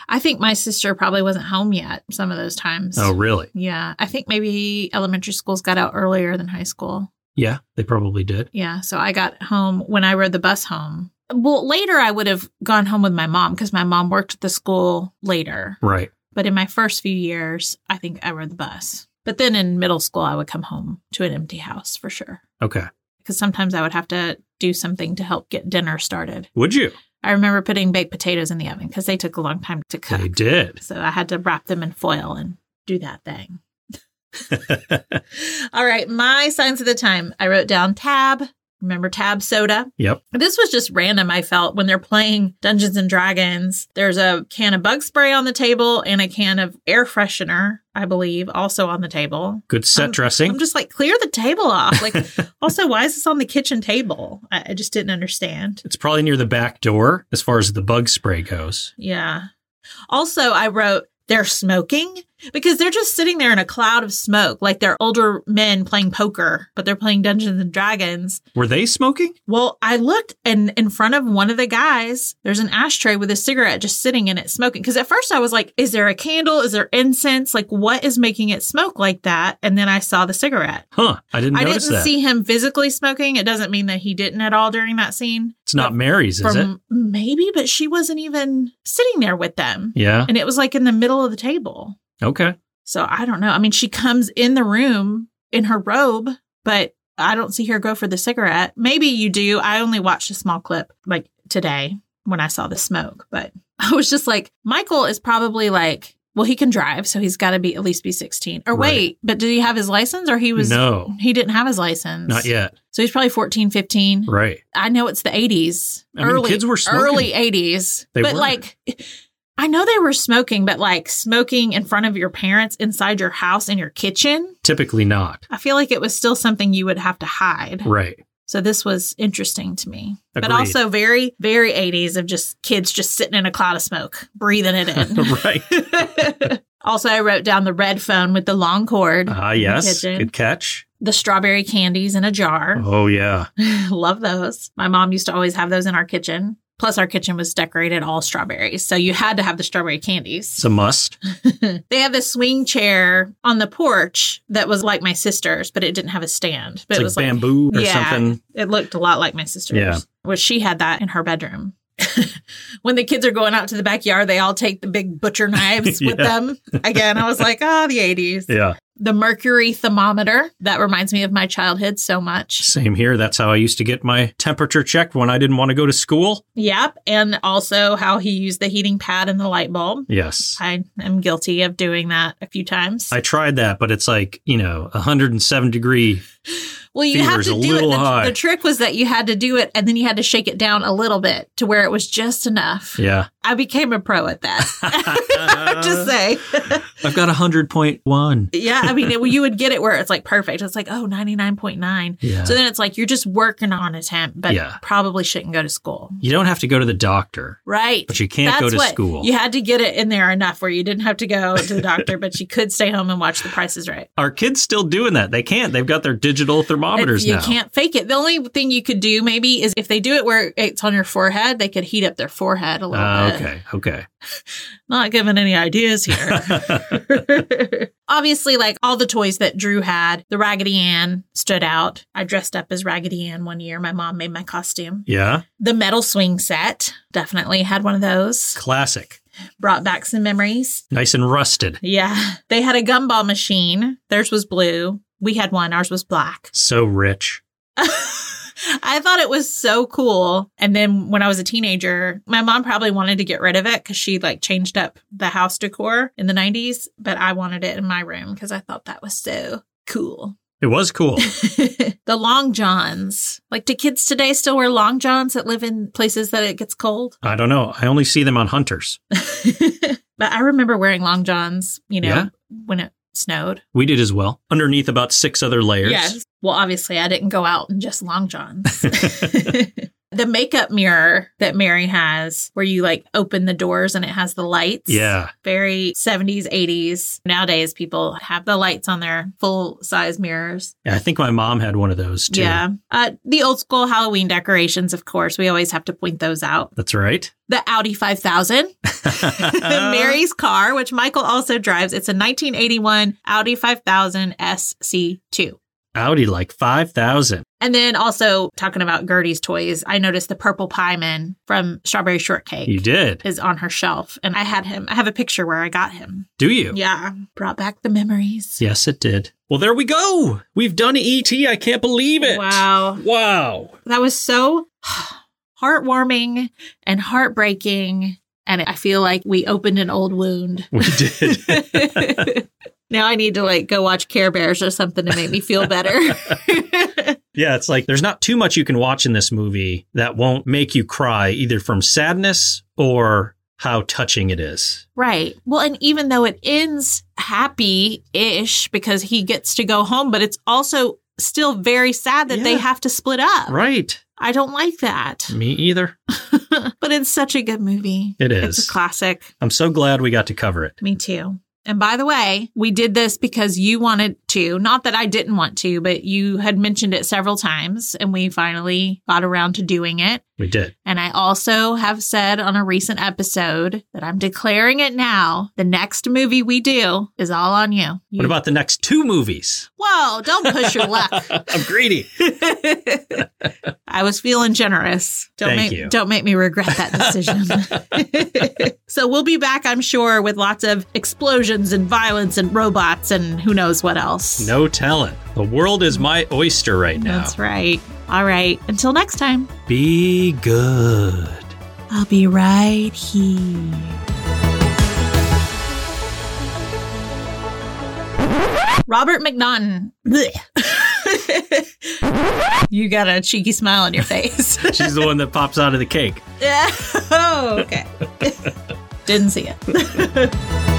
[SPEAKER 1] I think my sister probably wasn't home yet some of those times.
[SPEAKER 2] Oh, really?
[SPEAKER 1] Yeah, I think maybe elementary schools got out earlier than high school.
[SPEAKER 2] Yeah, they probably did.
[SPEAKER 1] Yeah, so I got home when I rode the bus home. Well, later I would have gone home with my mom because my mom worked at the school later.
[SPEAKER 2] Right.
[SPEAKER 1] But in my first few years, I think I rode the bus. But then in middle school, I would come home to an empty house for sure
[SPEAKER 2] Okay.
[SPEAKER 1] because sometimes I would have to do something to help get dinner started.
[SPEAKER 2] Would you?
[SPEAKER 1] I remember putting baked potatoes in the oven because they took a long time to cook.
[SPEAKER 2] They did.
[SPEAKER 1] So I had to wrap them in foil and do that thing. All right, my signs of the time. I wrote down tab. Remember tab soda?
[SPEAKER 2] Yep.
[SPEAKER 1] This was just random. I felt when they're playing Dungeons and Dragons, there's a can of bug spray on the table and a can of air freshener, I believe, also on the table.
[SPEAKER 2] Good set dressing.
[SPEAKER 1] I'm just like, clear the table off. Like, also, why is this on the kitchen table? I, I just didn't understand.
[SPEAKER 2] it's probably near the back door as far as the bug spray goes.
[SPEAKER 1] Yeah. Also, I wrote they're smoking because they're just sitting there in a cloud of smoke, like they're older men playing poker, but they're playing Dungeons and Dragons.
[SPEAKER 2] Were they smoking?
[SPEAKER 1] Well, I looked and in front of one of the guys, there's an ashtray with a cigarette just sitting in it smoking. Because at first I was like, is there a candle? Is there incense? Like, what is making it smoke like that? And then I saw the cigarette.
[SPEAKER 2] Huh. I didn't
[SPEAKER 1] I
[SPEAKER 2] notice
[SPEAKER 1] didn't
[SPEAKER 2] that.
[SPEAKER 1] see him physically smoking. It doesn't mean that he didn't at all during that scene.
[SPEAKER 2] it's not Mary's, is it?
[SPEAKER 1] From maybe, but she wasn't even sitting there with them
[SPEAKER 2] Yeah.
[SPEAKER 1] and it was like in the middle of the table.
[SPEAKER 2] Okay.
[SPEAKER 1] So I don't know. I mean, she comes in the room in her robe, but I don't see her go for the cigarette. Maybe you do. I only watched a small clip like today when I saw the smoke, but I was just like, Michael is probably like, well, he can drive, so he's got to be at least be 16. Or
[SPEAKER 2] Right.
[SPEAKER 1] wait, but did he have his license or he was
[SPEAKER 2] no,
[SPEAKER 1] he didn't have his license.
[SPEAKER 2] not yet.
[SPEAKER 1] So he's probably 14, 15.
[SPEAKER 2] Right.
[SPEAKER 1] I know it's the 80s.
[SPEAKER 2] I mean, kids were smoking.
[SPEAKER 1] Early 80s.
[SPEAKER 2] They
[SPEAKER 1] but
[SPEAKER 2] were.
[SPEAKER 1] like, I know they were smoking, but like smoking in front of your parents inside your house in your kitchen,
[SPEAKER 2] Typically not.
[SPEAKER 1] I feel like it was still something you would have to hide.
[SPEAKER 2] Right.
[SPEAKER 1] So this was interesting to me. But
[SPEAKER 2] Agreed.
[SPEAKER 1] also very, very 80s of just kids just sitting in a cloud of smoke, breathing it in.
[SPEAKER 2] right.
[SPEAKER 1] also, I wrote down the red phone with the long cord,
[SPEAKER 2] Ah, yes.
[SPEAKER 1] Kitchen.
[SPEAKER 2] Good catch.
[SPEAKER 1] the strawberry candies in a jar.
[SPEAKER 2] Oh, yeah.
[SPEAKER 1] Love those. My mom used to always have those in our kitchen. Plus, our kitchen was decorated all strawberries. So you had to have the strawberry candies.
[SPEAKER 2] It's a must.
[SPEAKER 1] They have this swing chair on the porch that was like my sister's, but it didn't have a stand. But it
[SPEAKER 2] It's like
[SPEAKER 1] was like
[SPEAKER 2] bamboo or
[SPEAKER 1] yeah,
[SPEAKER 2] something.
[SPEAKER 1] It looked a lot like my sister's.
[SPEAKER 2] Yeah.
[SPEAKER 1] Well, she had that in her bedroom. when the kids are going out to the backyard, they all take the big butcher knives with
[SPEAKER 2] Yeah.
[SPEAKER 1] them. Again, I was like, oh, the 80s.
[SPEAKER 2] Yeah.
[SPEAKER 1] The mercury thermometer. That reminds me of my childhood so much.
[SPEAKER 2] Same here. That's how I used to get my temperature checked when I didn't want to go to school.
[SPEAKER 1] Yep. And also how he used the heating pad and the light bulb.
[SPEAKER 2] Yes.
[SPEAKER 1] I am guilty of doing that a few times.
[SPEAKER 2] I tried that, but it's like, you know, 107 degree.
[SPEAKER 1] well, you
[SPEAKER 2] fever
[SPEAKER 1] have
[SPEAKER 2] is
[SPEAKER 1] to
[SPEAKER 2] a
[SPEAKER 1] do it.
[SPEAKER 2] little
[SPEAKER 1] The,
[SPEAKER 2] high.
[SPEAKER 1] the trick was that you had to do it and then you had to shake it down a little bit to where it was just enough.
[SPEAKER 2] Yeah.
[SPEAKER 1] I became a pro at that. I'm just saying.
[SPEAKER 2] I've got 100.1.
[SPEAKER 1] yeah, I mean, it, you would get it where it's like perfect. It's like, oh, 99.9.
[SPEAKER 2] Yeah.
[SPEAKER 1] So then it's like you're just working on a temp, but
[SPEAKER 2] Yeah.
[SPEAKER 1] probably shouldn't go to school.
[SPEAKER 2] You don't have to go to the doctor.
[SPEAKER 1] Right.
[SPEAKER 2] But you can't go to school.
[SPEAKER 1] You had to get it in there enough where you didn't have to go to the doctor, but you could stay home and watch The Price is Right.
[SPEAKER 2] Are kids still doing that? They can't. They've got their digital thermometers
[SPEAKER 1] you
[SPEAKER 2] now.
[SPEAKER 1] can't fake it. The only thing you could do maybe is if they do it where it's on your forehead, they could heat up their forehead a little
[SPEAKER 2] Ah,
[SPEAKER 1] bit.
[SPEAKER 2] okay. Okay.
[SPEAKER 1] Not giving any ideas here. Obviously, like all the toys that Drew had, the Raggedy Ann stood out. I dressed up as Raggedy Ann one year. My mom made my costume.
[SPEAKER 2] Yeah.
[SPEAKER 1] The metal swing set definitely had one of those.
[SPEAKER 2] Classic.
[SPEAKER 1] Brought back some memories.
[SPEAKER 2] Nice and rusted.
[SPEAKER 1] Yeah. They had a gumball machine. Theirs was blue. We had one, ours was black.
[SPEAKER 2] So rich.
[SPEAKER 1] I thought it was so cool. And then when I was a teenager, my mom probably wanted to get rid of it because she like changed up the house decor in the 90s, but I wanted it in my room because I thought that was so cool.
[SPEAKER 2] It was cool.
[SPEAKER 1] the long johns. Like, do kids today still wear long johns that live in places that it gets cold?
[SPEAKER 2] I don't know. I only see them on hunters.
[SPEAKER 1] but I remember wearing long johns, you know,
[SPEAKER 2] Yeah.
[SPEAKER 1] when it snowed.
[SPEAKER 2] We did as well. Underneath about six other layers.
[SPEAKER 1] Yes. Well, obviously, I didn't go out in just long johns. the makeup mirror that Mary has, where you like open the doors and it has the lights.
[SPEAKER 2] Yeah.
[SPEAKER 1] Very 70s, 80s. Nowadays, people have the lights on their full size mirrors.
[SPEAKER 2] Yeah, I think my mom had one of those too.
[SPEAKER 1] Yeah. Uh, the old school Halloween decorations, of course, we always have to point those out.
[SPEAKER 2] That's right.
[SPEAKER 1] The Audi 5000, Mary's car, which Michael also drives. It's a 1981 Audi 5000 SC2.
[SPEAKER 2] Audi like 5,000.
[SPEAKER 1] And then also talking about Gertie's toys, I noticed the purple pie man from Strawberry Shortcake
[SPEAKER 2] You did.
[SPEAKER 1] is on her shelf. And I had him. I have a picture where I got him.
[SPEAKER 2] Do you?
[SPEAKER 1] Yeah. Brought back the memories.
[SPEAKER 2] Yes, it did. Well, there we go. We've done ET. I can't believe it.
[SPEAKER 1] Wow.
[SPEAKER 2] Wow.
[SPEAKER 1] That was so heartwarming and heartbreaking. And I feel like we opened an old wound.
[SPEAKER 2] We did.
[SPEAKER 1] now I need to like go watch Care Bears or something to make me feel better.
[SPEAKER 2] yeah, it's like there's not too much you can watch in this movie that won't make you cry, either from sadness or how touching it is.
[SPEAKER 1] Right. Well, and even though it ends happy ish because he gets to go home, but it's also still very sad that they
[SPEAKER 2] Yeah.
[SPEAKER 1] have to split up.
[SPEAKER 2] Right.
[SPEAKER 1] I don't like that.
[SPEAKER 2] Me either.
[SPEAKER 1] but it's such a good movie.
[SPEAKER 2] Mm. It
[SPEAKER 1] It's
[SPEAKER 2] is.
[SPEAKER 1] a classic.
[SPEAKER 2] I'm so glad we got to cover it.
[SPEAKER 1] Me too. And by the way, we did this because you wanted to. Not that I didn't want to, but you had mentioned it several times and we finally got around to doing it.
[SPEAKER 2] We did.
[SPEAKER 1] And I also have said on a recent episode that I'm declaring it now. The next movie we do is all on you. you
[SPEAKER 2] What about the next two movies?
[SPEAKER 1] Whoa, don't push your luck.
[SPEAKER 2] I'm greedy.
[SPEAKER 1] I was feeling generous. Don't
[SPEAKER 2] Thank
[SPEAKER 1] make
[SPEAKER 2] you.
[SPEAKER 1] don't make me regret that decision. so we'll be back, I'm sure, with lots of explosions and violence and robots and who knows what else.
[SPEAKER 2] No talent. The world is my oyster right now.
[SPEAKER 1] That's right. All right. Until next time.
[SPEAKER 2] Be good.
[SPEAKER 1] I'll be right here. Robert McNaughton. Blech. you got a cheeky smile on your face.
[SPEAKER 2] She's the one that pops out of the cake.
[SPEAKER 1] oh, okay. Didn't see it.